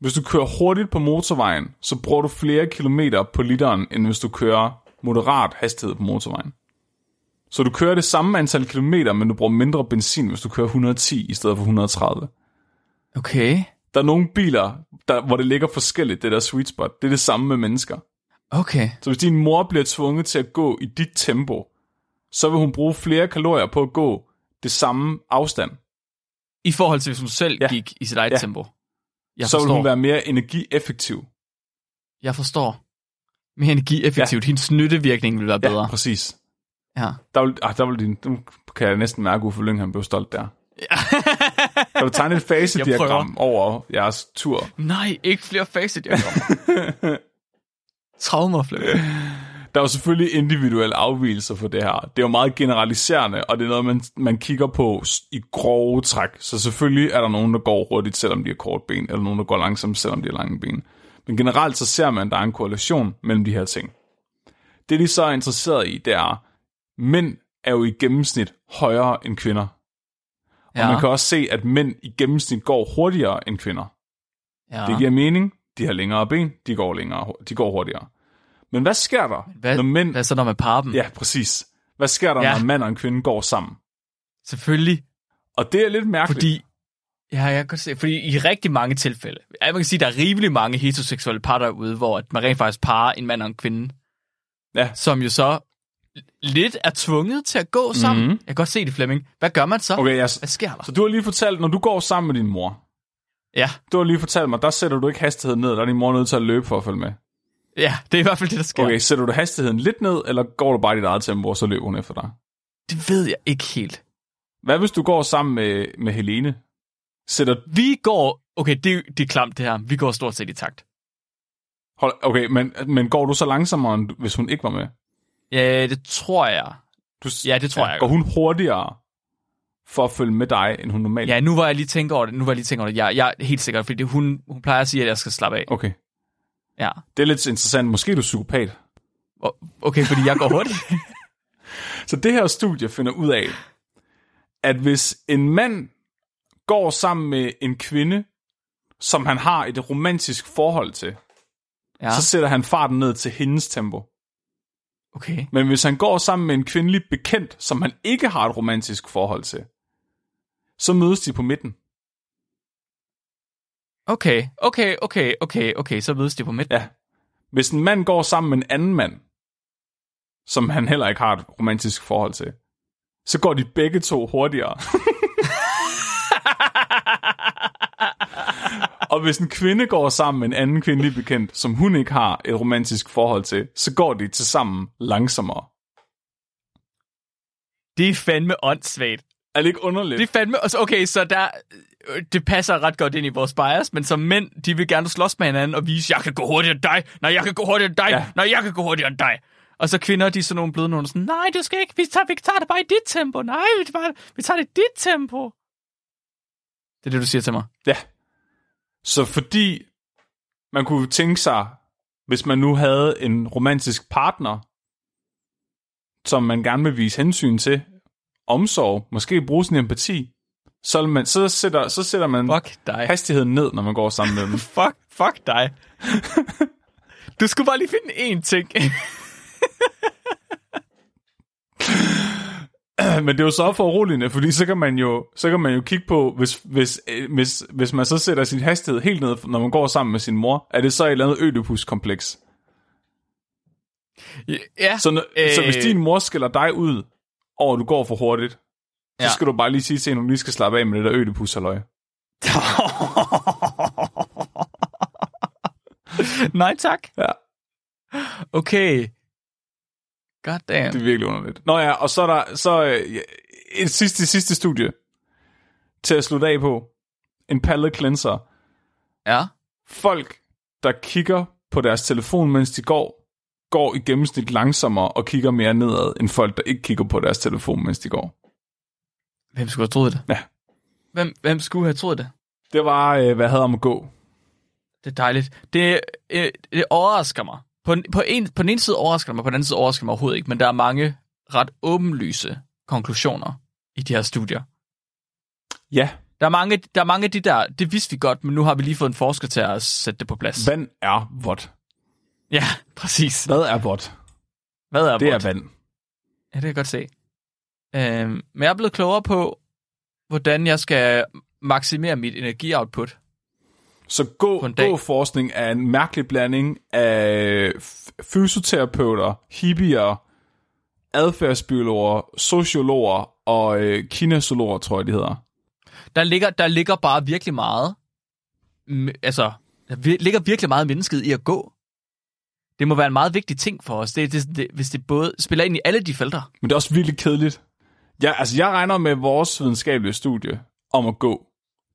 Hvis du kører hurtigt på motorvejen, så bruger du flere kilometer på literen, end hvis du kører moderat hastighed på motorvejen. Så du kører det samme antal kilometer, men du bruger mindre benzin, hvis du kører 110 i stedet for 130. Okay. Der er nogle biler, der, hvor det ligger forskelligt, det der sweet spot. Det er det samme med mennesker. Okay. Så hvis din mor bliver tvunget til at gå i dit tempo, så vil hun bruge flere kalorier på at gå det samme afstand. I forhold til, hvis hun selv Ja. ja. gik i sit eget Ja. ja. tempo. Jeg så forstår. vil hun være mere energieffektiv. Jeg forstår. Mere energieffektivt. Ja. Hendes nyttevirkning vil være Ja, bedre. præcis. Ja. Der vil, ah, der vil din, nu kan jeg næsten mærke, at Uffe Lyng, han blev stolt der. Kan du tegne et fasediagram over jeres tur? Nej, ikke flere facet, jeg kommer. Traumer, Flemming. Der er jo selvfølgelig individuelle afvielser for det her. Det er jo meget generaliserende, og det er noget, man, man kigger på s- i grove træk. Så selvfølgelig er der nogen, der går hurtigt, selvom de har kort ben, eller nogen, der går langsomt, selvom de har lange ben. Men generelt så ser man, at der er en korrelation mellem de her ting. Det, de så er interesseret i, det er, mænd er jo i gennemsnit højere end kvinder. Og Ja. man kan også se, at mænd i gennemsnit går hurtigere end kvinder. ja. Det giver mening. De har længere ben. De går, længere, de går hurtigere. Men hvad sker der, Hvad, når mænd... hvad så der med parben? Ja, præcis. Hvad sker der, ja. Ja. når en mand og en kvinde går sammen? Selvfølgelig, Og det er lidt mærkeligt. fordi... Ja, jeg kan godt se, fordi i rigtig mange tilfælde, ja, man kan sige, der er rimelig mange heteroseksuelle par derude, hvor at man rent faktisk parer en mand og en kvinde, Ja. som jo så lidt er tvunget til at gå sammen. Mhm. Jeg kan godt se det, Flemming. Hvad gør man så? Okay, jeg... Hvad sker der? Så du har lige fortalt, når du går sammen med din mor, Ja, du har lige fortalt mig, der sætter du ikke hastigheden ned, der er din mor nødt til at løbe for at følge med. ja, det er i hvert fald det, der sker. Okay, sætter du hastigheden lidt ned, eller går du bare i dit eget tempo, og så løber hun efter dig? Det ved jeg ikke helt. Hvad hvis du går sammen med, med Helene? Sætter... Vi går... Okay, det, det er klamt det her. Vi går stort set i takt. Hold... Okay, men, men går du så langsommere, end du- hvis hun ikke var med? Ja, det tror jeg. Du... Ja, det tror jeg. Går hun hurtigere for at følge med dig, end hun normalt? Ja, nu var jeg lige tænker over det. Nu var jeg lige tænker over det. Jeg, jeg er helt sikker, fordi det, hun, hun plejer at sige, at jeg skal slappe af. Okay, Ja. det er lidt interessant. Måske er du psykopat. Og- Okay, fordi jeg går hurtigt. Så det her studie finder ud af, at hvis en mand går sammen med en kvinde, som han har et romantisk forhold til, Ja, så sætter han farten ned til hendes tempo. okay. Men hvis han går sammen med en kvindelig bekendt, som han ikke har et romantisk forhold til, så mødes de på midten. Okay, okay, okay, okay, okay. Så mødes de på midten. Ja. Hvis en mand går sammen med en anden mand, som han heller ikke har et romantisk forhold til, så går de begge to hurtigere. Og hvis en kvinde går sammen med en anden kvindelig bekendt, som hun ikke har et romantisk forhold til, så går de til sammen langsommere. Det er fandme åndssvagt. Er det ikke underligt? Det er fandme... altså, Okay, så der... øh, Det passer ret godt ind i vores bias, men som mænd, de vil gerne slås med hinanden og vise, jeg kan gå hurtigere end dig, nej, jeg kan gå hurtigere end dig, Ja. ja. nej, jeg kan gå hurtigere end dig. Og så kvinder, de er sådan nogle bløde nogen, sådan, nej, du skal ikke, vi tager, vi tager det bare i dit tempo, nej, vi tager, vi tager det i dit tempo. Det er det, du siger til mig. Ja. Så fordi man kunne tænke sig, hvis man nu havde en romantisk partner, som man gerne vil vise hensyn til, omsorg, måske bruge sin empati, så, vil man, så, sætter, så sætter man Fuck dig. hastigheden ned, når man går sammen med dem. Fuck, fuck dig. Du skulle bare lige finde én ting. Men det er jo så foruroligende, fordi så kan man jo, så kan man jo kigge på, hvis, hvis, øh, hvis, hvis man så sætter sin hastighed helt ned, når man går sammen med sin mor, er det så et eller andet ødipuskompleks. ja. Så, når, øh... så hvis Øh. din mor skiller dig ud, og du går for hurtigt, så Ja. skal du bare lige sige til hende, at hun lige skal slappe af med det der ødipus halløj. Nej, tak. Ja. Okay. God damn. Det er virkelig underligt. Nå ja, og så er der så, øh, ja, et sidste, sidste studie til at slutte af på. En palate cleanser. Ja. Folk, der kigger på deres telefon, mens de går, går i gennemsnit langsommere og kigger mere nedad, end folk, der ikke kigger på deres telefon, mens de går. Hvem skulle have troet det? Ja. Hvem, hvem skulle have troet det? Det var, øh, hvad jeg havde om at gå. Det er dejligt. Det, øh, det overrasker mig. På, en- på, en, på den ene side overrasker det mig, på den anden side overrasker det mig overhovedet ikke, men der er mange ret åbenlyse konklusioner i de her studier. Ja, Der er mange, der er mange af de der, det vidste vi godt, men nu har vi lige fået en forsker til at sætte det på plads. vand er vådt. Ja, præcis. Hvad er vådt? Hvad er Det vort? er vand. Ja, det kan jeg godt se. Øhm, men jeg er blevet klogere på, hvordan jeg skal maksimere mit energioutput. Så gå, På en dag. gåforskning er en mærkelig blanding af f- fysioterapeuter, hippier, adfærdsbiologer, sociologer og øh, kinesologer, tror jeg, de hedder. Der ligger, der ligger bare virkelig meget, mm, altså, der vir- ligger virkelig meget mennesket i at gå. Det må være en meget vigtig ting for os, det, det, det, hvis det både spiller ind i alle de felter. Men det er også virkelig kedeligt. Ja, altså, jeg regner med at vores videnskabelige studie om at gå.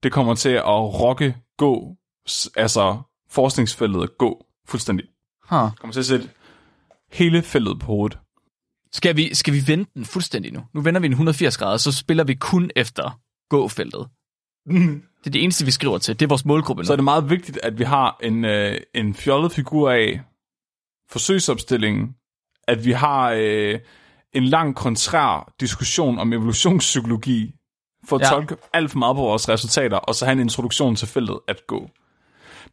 Det kommer til at rocke gå, s- altså forskningsfeltet at gå fuldstændig. Huh. Det kommer til at sætte hele feltet på hovedet. Skal, vi, skal vi vende den fuldstændig nu? Nu vender vi den 180 grader, så spiller vi kun efter gåfeltet. Det er det eneste, vi skriver til. Det er vores målgruppe nu. så er det meget vigtigt, at vi har en, øh, en fjollet figur af forsøgsopstillingen, at vi har øh, en lang kontrær diskussion om evolutionspsykologi, for at ja. Ja. tolke alt for meget på vores resultater, og så have en introduktion til feltet at gå.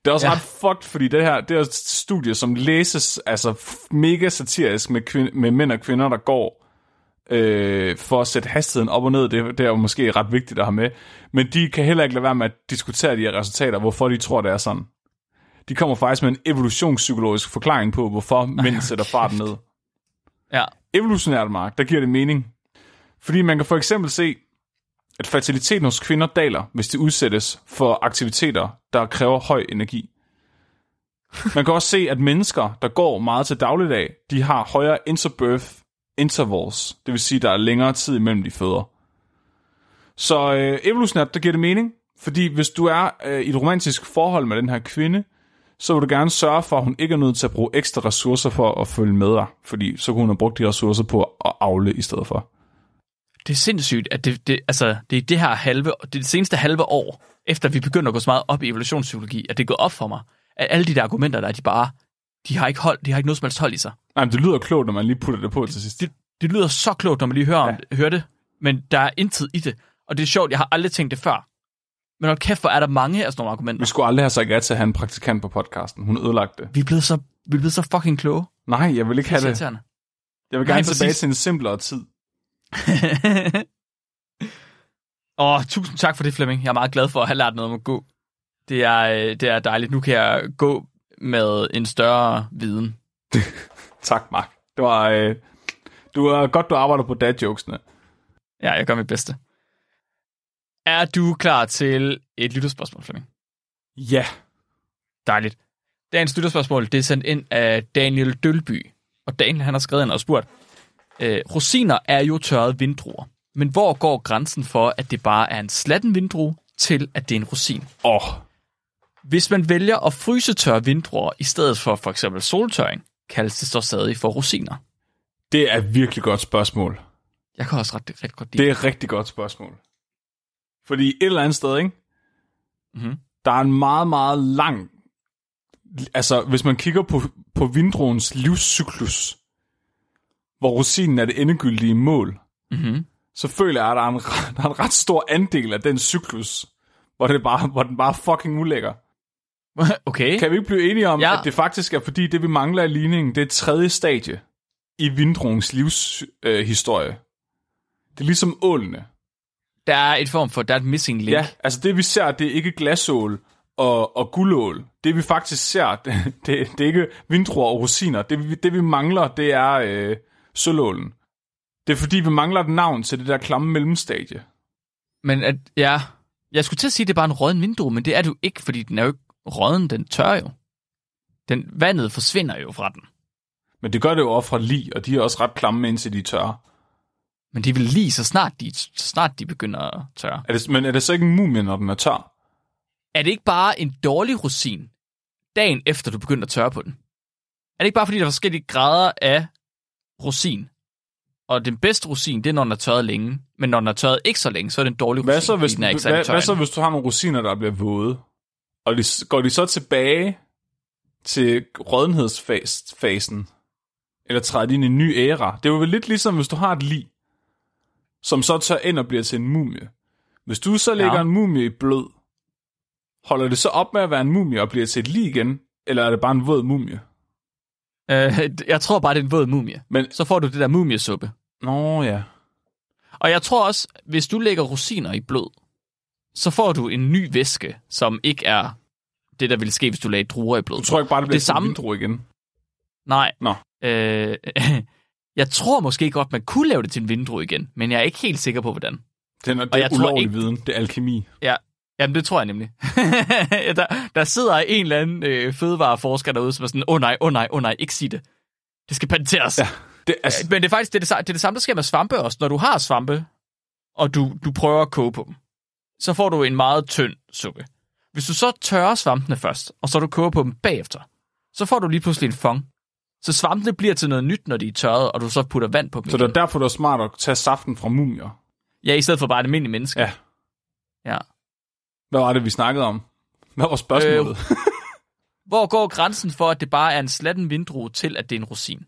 Det er også ja. Ja. ret fucked, fordi det her det er et studie, som læses altså f- mega satirisk med, kvin- med mænd og kvinder, der går øh, for at sætte hastigheden op og ned, det, det er jo måske ret vigtigt at have med. Men de kan heller ikke lade være med at diskutere de her resultater, hvorfor de tror, det er sådan. De kommer faktisk med en evolutionspsykologisk forklaring på, hvorfor mænd sætter farten ned. Ja. Evolutionært, Mark, der giver det mening. Fordi man kan for eksempel se, at fertiliteten hos kvinder daler, hvis de udsættes for aktiviteter, der kræver høj energi. Man kan også se, at mennesker, der går meget til dagligdag, de har højere interbirth intervals, det vil sige, der er længere tid imellem de føder. Så øh, evolutionært, der giver det mening, fordi hvis du er øh, i et romantisk forhold med den her kvinde, så vil du gerne sørge for, at hun ikke er nødt til at bruge ekstra ressourcer for at følge med dig, fordi så kunne hun have brugt de ressourcer på at afle i stedet for. Det er sindssygt, at det, det, altså, det er det her halve, det, er det seneste halve år, efter vi begynder at gå så meget op i evolutionspsykologi, at det er gået op for mig, at alle de der argumenter, der er, de bare, de har ikke hold, de har ikke noget som helst hold i sig. Nej, men det lyder klogt, når man lige putter det på til sidst. Det, det lyder så klogt, når man lige hører, om, hører det, men der er intet i det. Og det er sjovt, jeg har aldrig tænkt det før. Men hold kæft, hvor er der mange af sådan nogle argumenter. Vi skulle aldrig have sagt ja til at have en praktikant på podcasten. Hun ødelagte det. Vi er blevet så, vi er blevet så fucking kloge. Nej, jeg vil ikke have Det er det. irriterende. Jeg vil gerne Nej, tilbage præcis. til en simplere tid. Åh, oh, tusind tak for det, Flemming. Jeg er meget glad for at have lært noget om at gå. Det er, øh, det er dejligt. Nu kan jeg gå med en større viden. Tak, Mark. Det var, øh, du er godt, du arbejder på dad-jokesene. Ja, jeg gør mit bedste. Er du klar til et lytterspørgsmål, Flemming? Ja. Dejligt. Dagens lytterspørgsmål, det er sendt ind af Daniel Dølby. Og Daniel, han har skrevet ind og spurgt, øh, rosiner er jo tørrede vindruer, men hvor går grænsen for, at det bare er en slatten vindrue, til at det er en rosin? Åh, oh, Hvis man vælger at fryse tørre vindruer i stedet for for eksempel soltørring, kaldes det så stadig for rosiner. det er et virkelig godt spørgsmål. Jeg kan også ret, ret godt lide Det er et rigtig godt spørgsmål. Fordi et eller andet sted, ikke? Mhm. Der er en meget, meget lang... Altså, hvis man kigger på, på vindruens livscyklus, hvor rosinen er det endegyldige mål, Mm-hmm. så føler jeg, at der er en, der er en ret stor andel af den cyklus, hvor, det bare, hvor den bare er fucking ulækker. Okay. Kan vi ikke blive enige om, ja. Ja. at det faktisk er fordi, det vi mangler af ligningen, det er et tredje stadie i vindruens livshistorie? Øh, historie. det er ligesom ålene. Der er et form for, der er et missing link. Ja, altså det vi ser, det er ikke glasål og, og guldål. Det vi faktisk ser, det, det, det er ikke vindruer og rosiner. Det, vi- det vi mangler, det er øh, sølvålen. Det er fordi, vi mangler et navn til det der klamme mellemstadie. Men at, ja, jeg skulle til at sige, at det er bare en rådden vindue, men det er det jo ikke, fordi den er jo ikke rådden, den tør jo. Den, vandet forsvinder jo fra den. Men det gør det jo også fra lig, og de er også ret klamme, indtil de er tørre. Men det vil lige så snart de, så snart de begynder at tørre. Er det, men er det så ikke en mumie, når den er tør? Er det ikke bare en dårlig rosin, dagen efter du begynder at tørre på den? Er det ikke bare fordi, der er forskellige grader af rosin? Og den bedste rosin, det er, når den er tørret længe. Men når den er tørret ikke så længe, så er det en dårlig rosin, Hvad så, hvis, fordi den er ikke hvad, særlig tør hvad så, endnu. hvis du har nogle rosiner, der bliver våde? Og de, går de så tilbage til rådenhedsfasen? Eller træder de ind i en ny æra? Det er jo vel lidt ligesom, hvis du har et lig, som så tør ind og bliver til en mumie. Hvis du så lægger ja. Ja. en mumie i blød, holder det så op med at være en mumie og bliver til et lig igen? Eller er det bare en våd mumie? Øh, jeg tror bare, det er en våd mumie. Men- Men... Så får du det der mumiesuppe. Nå ja. Og jeg tror også, hvis du lægger rosiner i blod, så får du en ny væske, som ikke er det, der ville ske, hvis du lagde druer i blod. Du tror ikke bare, det bliver Det det til samme- samme... vindru igen? Nej. Nå. Øh, jeg tror måske godt, man kunne lave det til en vindru igen, men jeg er ikke helt sikker på, hvordan. Den er, det er jeg tror ulovlig ikke- viden. Det er alkemi. Jamen, det tror jeg nemlig. Ja, der, der sidder en eller anden øh, fødevareforsker derude, som er sådan, åh oh, nej, åh oh, nej, åh oh, nej, ikke sig det. Det skal patenteres. Ja. Det, altså, Men det er faktisk det, er det, sa- det, er det samme, der sker med svampe også. Når du har svampe, og du, du prøver at koge på dem, så får du en meget tynd suppe. Hvis du så tørrer svampene først, og så du koger på dem bagefter, så får du lige pludselig en fong. Så svampene bliver til noget nyt, når de er tørret, og du så putter vand på dem. så det er igen. derfor, det er smart at tage saften fra mumier. Ja, i stedet for bare et almindeligt menneske. Ja. ja. Hvad var det, vi snakkede om? Hvad var spørgsmålet? Øh, Hvor går grænsen for, at det bare er en slatten vindrue til, at det er en rosin?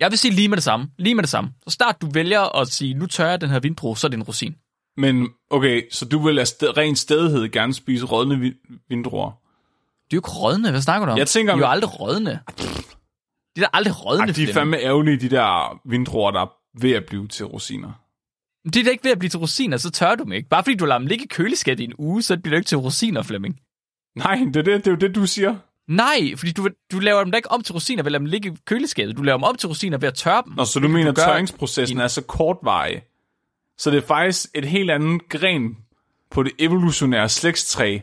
Jeg vil sige lige med det samme. Lige med det samme. Så snart du vælger at sige, nu tørrer jeg den her vindrue, så er det en rosin. Men okay, så du vil af sted, ren stedhed gerne spise rådne vi- vindruer. De er jo ikke rådne. Hvad snakker du om? Jeg tænker, de er jo men- aldrig rådne. De er da aldrig rådne. Ej, de er Flemming. fandme ærgerlige, de der vindruer, der er ved at blive til rosiner. De er da ikke ved at blive til rosiner, så tør du dem ikke. Bare fordi du lader dem ligge i køleskab i en uge, så bliver det ikke til rosiner, Flemming. Nej, det er, det, det er jo det, du siger. Nej, fordi du, du laver dem da ikke om til rosiner ved at lade dem ligge i køleskabet. Du laver dem om til rosiner ved at tørre dem. Nå, så du mener, at gøre tørringsprocessen er så kortvarig. Så det er faktisk et helt andet gren på det evolutionære slægtstræ,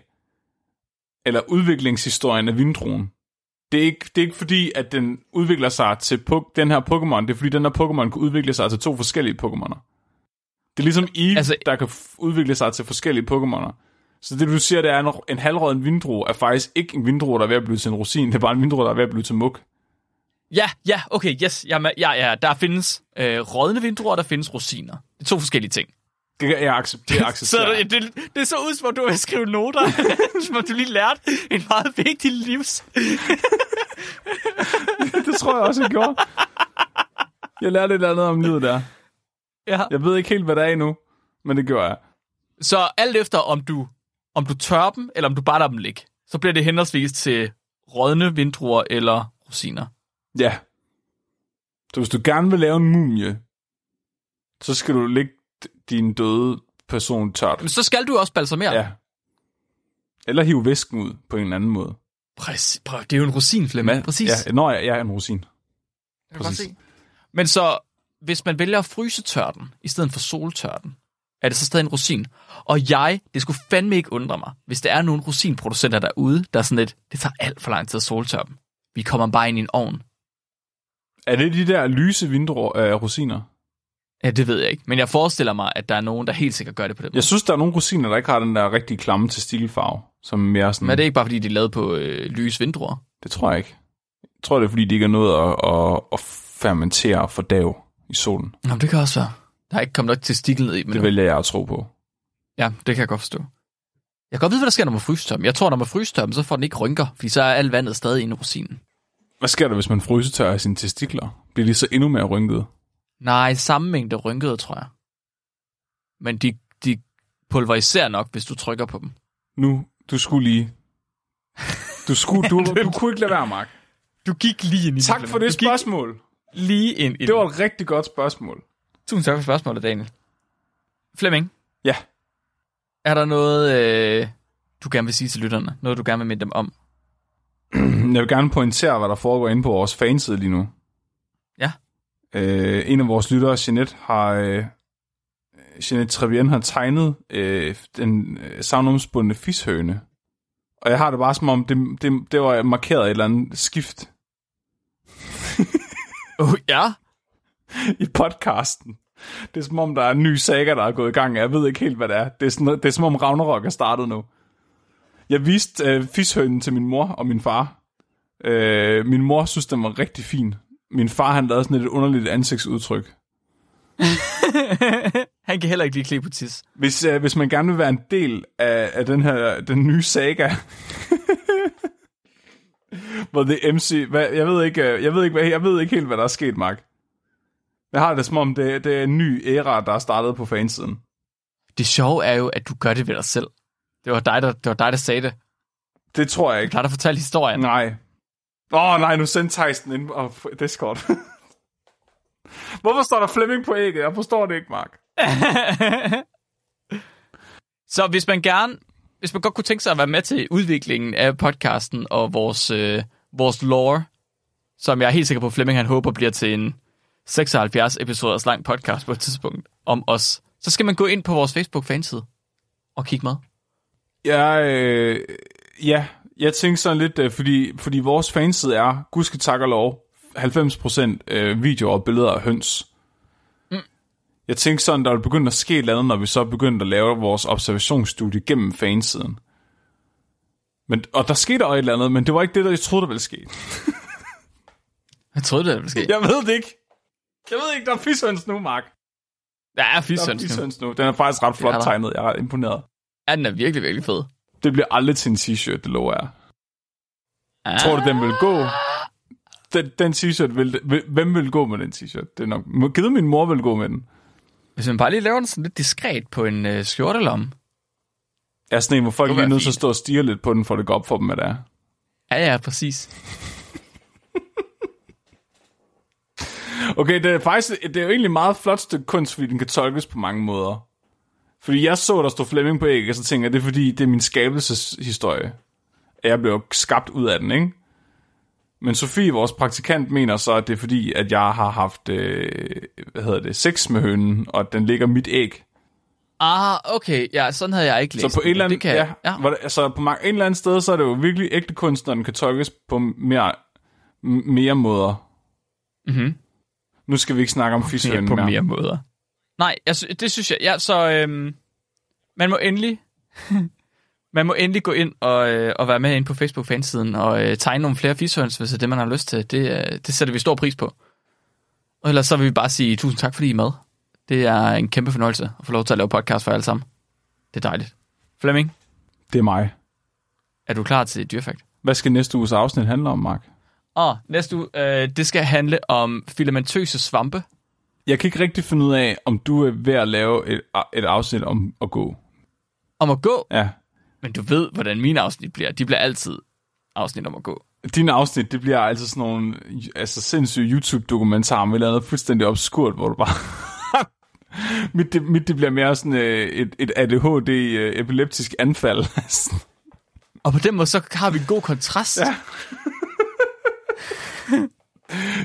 eller udviklingshistorien af vindruen. Det er, ikke, det er ikke fordi, at den udvikler sig til po- den her Pokémon. Det er fordi, den her Pokémon kan udvikle sig til to forskellige Pokémoner. Det er ligesom Eve, altså, Altså- der kan f- udvikle sig til forskellige Pokémoner. Så det, du siger, det er, en, en halvrøden vindrue er faktisk ikke en vindrue, der er ved at blive til en rosin. Det er bare en vindrue, der er ved at blive til muk. Ja, ja, okay, yes. Jamen, ja, ja, der findes øh, rådne vindruer, og der findes rosiner. Det er to forskellige ting. Det kan jeg acceptere. Så acceptere. det, det, det så ud, som om du har skrive noter, som om du lige lærte en meget vigtig livs... Det tror jeg også, jeg gjorde. Jeg lærte et eller andet om livet der. Ja. Jeg ved ikke helt, hvad der er endnu, men det gjorde jeg. Så alt efter, om du, om du tør dem, eller om du bare lader dem ligge, så bliver det henholdsvis til rådne vindruer eller rosiner. Ja. Så hvis du gerne vil lave en mumie, så skal du lægge din døde person tørt. Men så skal du jo også balsamere. Ja. Eller hive væsken ud på en eller anden måde. Præcis, prøv, det er jo en rosin, Flemming. Præcis. Ja, når jeg, jeg er en rosin. Jeg kan godt se. Men så, hvis man vælger at fryse tørten, i stedet for soltørten, er det så stadig en rosin. Og jeg, det skulle fandme ikke undre mig, hvis der er nogle rosinproducenter derude, der er sådan lidt, det tager alt for lang tid at soltørre dem. Vi kommer bare ind i en ovn. Er det de der lyse vindruer, øh, rosiner? Ja, det ved jeg ikke. Men jeg forestiller mig, at der er nogen, der helt sikkert gør det på den måde. Jeg synes, der er nogle rosiner, der ikke har den der rigtig klamme til stilfarve. Som mere sådan... Men er det ikke bare, fordi de er lavet på øh, lys vindruer? Det tror jeg ikke. Jeg tror, det er, fordi de ikke er nået at, at, at fermentere og fordave i solen. Nå, men det kan også være. Der er ikke kommet nok til stikkel ned i dem Det endnu. vælger jeg at tro på. Ja, det kan jeg godt forstå. Jeg kan godt vide, hvad der sker, når man fryser dem. Jeg tror, når man fryser dem, så får den ikke rynker, fordi så er alt vandet stadig inde i rosinen. Hvad sker der, hvis man frysetørrer sine testikler? Bliver de så endnu mere rynkede? Nej, samme mængde rynkede, tror jeg. Men de, de pulveriserer nok, hvis du trykker på dem. Nu, du skulle lige... Du, skulle, du, du kunne ikke lade være, Mark. Du gik lige ind i Tak den, for det Flemming. Du spørgsmål. gik lige ind i Det var den. et rigtig godt spørgsmål. Tusind tak for spørgsmålet, Daniel. Flemming, Ja. er der noget, øh, du gerne vil sige til lytterne? Noget, du gerne vil minde dem om? Øhm, Jeg vil gerne pointere, hvad der foregår inde på vores fanside lige nu. Ja. Øh, en af vores lyttere, Jeanette, har... Øh, Jeanette Trevien har tegnet øh, den øh, savnomspundne fishøne. Og jeg har det bare som om, det, det, det var markeret et eller andet skift Oh, ja? i podcasten. Det er som om, der er en ny saga, der er gået i gang. Jeg ved ikke helt, hvad det er. Det er, sådan, noget- det er som om Ragnarok er startet nu. Jeg viste øh, fishønen til min mor og min far. Øh, min mor synes, den var rigtig fin. Min far, han lavede sådan et underligt ansigtsudtryk. Han kan heller ikke lige klippe på tis. Hvis, øh, hvis man gerne vil være en del af, af den her den nye saga, hvor det MC, hvad, jeg ved ikke, øh, jeg ved ikke, hvad, jeg ved ikke helt, hvad der er sket, Mark. Jeg har det som om, det, det er en ny æra, der er startet på fansiden. Det sjove er jo, at du gør det ved dig selv. Det var dig, der, det var dig, der sagde det. Det tror jeg Det ikke. var dig, der fortalte historien. Nej. Åh oh, nej, nu sendte Tyson ind på oh, Discord. Hvorfor står der Flemming på ægget? Jeg forstår det ikke, Mark. Så hvis man gerne, hvis man godt kunne tænke sig at være med til udviklingen af podcasten og vores, øh, vores lore, som jeg er helt sikker på, Flemming han håber bliver til en 76 episoders lang podcast på et tidspunkt om os, så skal man gå ind på vores Facebook-fanside og kigge med. Jeg, øh, ja, jeg tænkte sådan lidt, øh, fordi, fordi vores fanside er, gudske tak og lov, 90% øh, videoer og billeder af høns. Mm. Jeg tænkte sådan, der ville begynde at ske et eller andet, når vi så begyndte at lave vores observationsstudie gennem fansiden. Men, og der skete også et eller andet, men det var ikke det, der jeg troede, der ville ske. Jeg troede, det ville ske. Jeg ved det ikke. Jeg ved ikke, der er fishøns nu, Mark. Der er Der er fishøns. nu. fishøns nu. Den er faktisk ret flot Ja, der. tegnet. Jeg er ret imponeret. Ja, den er virkelig, virkelig fed. Det bliver aldrig til en t-shirt, det lover jeg. Ah. Tror du, den vil gå? Den, den t-shirt, vil, vil- hvem vil gå med den t-shirt? Det er nok, må- givet min mor vil gå med den. Hvis man bare lige laver den sådan lidt diskret på en øh, skjortelomme. Jeg er sådan en, hvor folk lige Det er kunne være nødt til at fint. stå og stige lidt på den, for det går op for dem, hvad det er. Ja, ja, præcis. Okay, det er faktisk det er jo egentlig et meget flot stykke kunst, fordi den kan tolkes på mange måder. Fordi jeg så, der stod Flemming på ægget, og så tænker jeg, det er fordi, det er min skabelseshistorie. Jeg blev skabt ud af den, ikke? Men Sofie, vores praktikant, mener så, at det er fordi, at jeg har haft, øh, hvad hedder det, sex med hønen, og at den ligger mit æg. Ah, okay. Ja, sådan havde jeg ikke læst Så på et den, men eller det andet, kan jeg- ja, ja. Hvor, altså på mange, et eller andet sted, så er det jo virkelig ægte kunst, når den kan tolkes på mere, m- mere måder. Mm-hmm. Nu skal vi ikke snakke om mere, fishønen Mhm. på mere. mere måder. Nej, jeg, sy- det synes jeg. Ja, så øhm, man må endelig man må endelig gå ind og, øh, og være med ind på Facebook-fansiden og øh, tegne nogle flere fishøns, hvis det er det, man har lyst til. Det, øh, det sætter vi stor pris på. Og ellers så vil vi bare sige tusind tak, fordi I er med. Det er en kæmpe fornøjelse at få lov til at lave podcast for jer alle sammen. Det er dejligt. Flemming, Det er mig. er du klar til dyrfakt? Hvad skal næste uges afsnit handle om, Mark? Og næste uge, øh, det skal handle om filamentøse svampe. Jeg kan ikke rigtig finde ud af, om du er ved at lave et, et afsnit om at gå. Om at gå, Ja. men du ved, hvordan mine afsnit bliver. De bliver altid afsnit om at gå. Dine afsnit, det bliver altså sådan nogle altså sindssyge YouTube-dokumentarer om et eller andet fuldstændig obskurt, hvor du bare... mit, det, mit, det bliver mere sådan øh, et, et ADHD-epileptisk øh, anfald. Og på den måde, så har vi en god kontrast. Ja.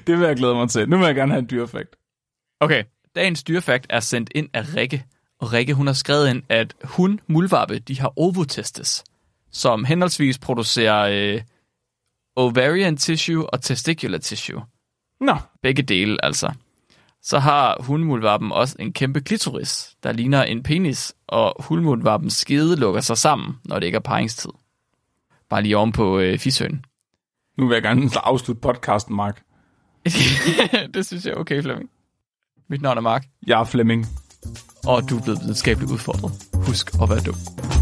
det vil jeg glæde mig til. Nu vil jeg gerne have en dyrefakt. Okay, dagens dyrefakt er sendt ind af Rikke. Og Rikke, hun har skrevet ind, at hun, muldvarpe, de har ovotestes, som henholdsvis producerer øh, ovarian tissue og testicular tissue. Nå, Begge dele, altså. Så har hundmuldvarpen også en kæmpe klitoris, der ligner en penis, og hundmuldvarpens skede lukker sig sammen, når det ikke er paringstid. Bare lige oven på øh, fishøen. nu vil jeg gerne afslutte podcasten, Mark. det synes jeg er okay, Flemming. Mit navn er Mark, Jeg er Flemming. og du er blevet videnskabeligt udfordret. Husk at være dum.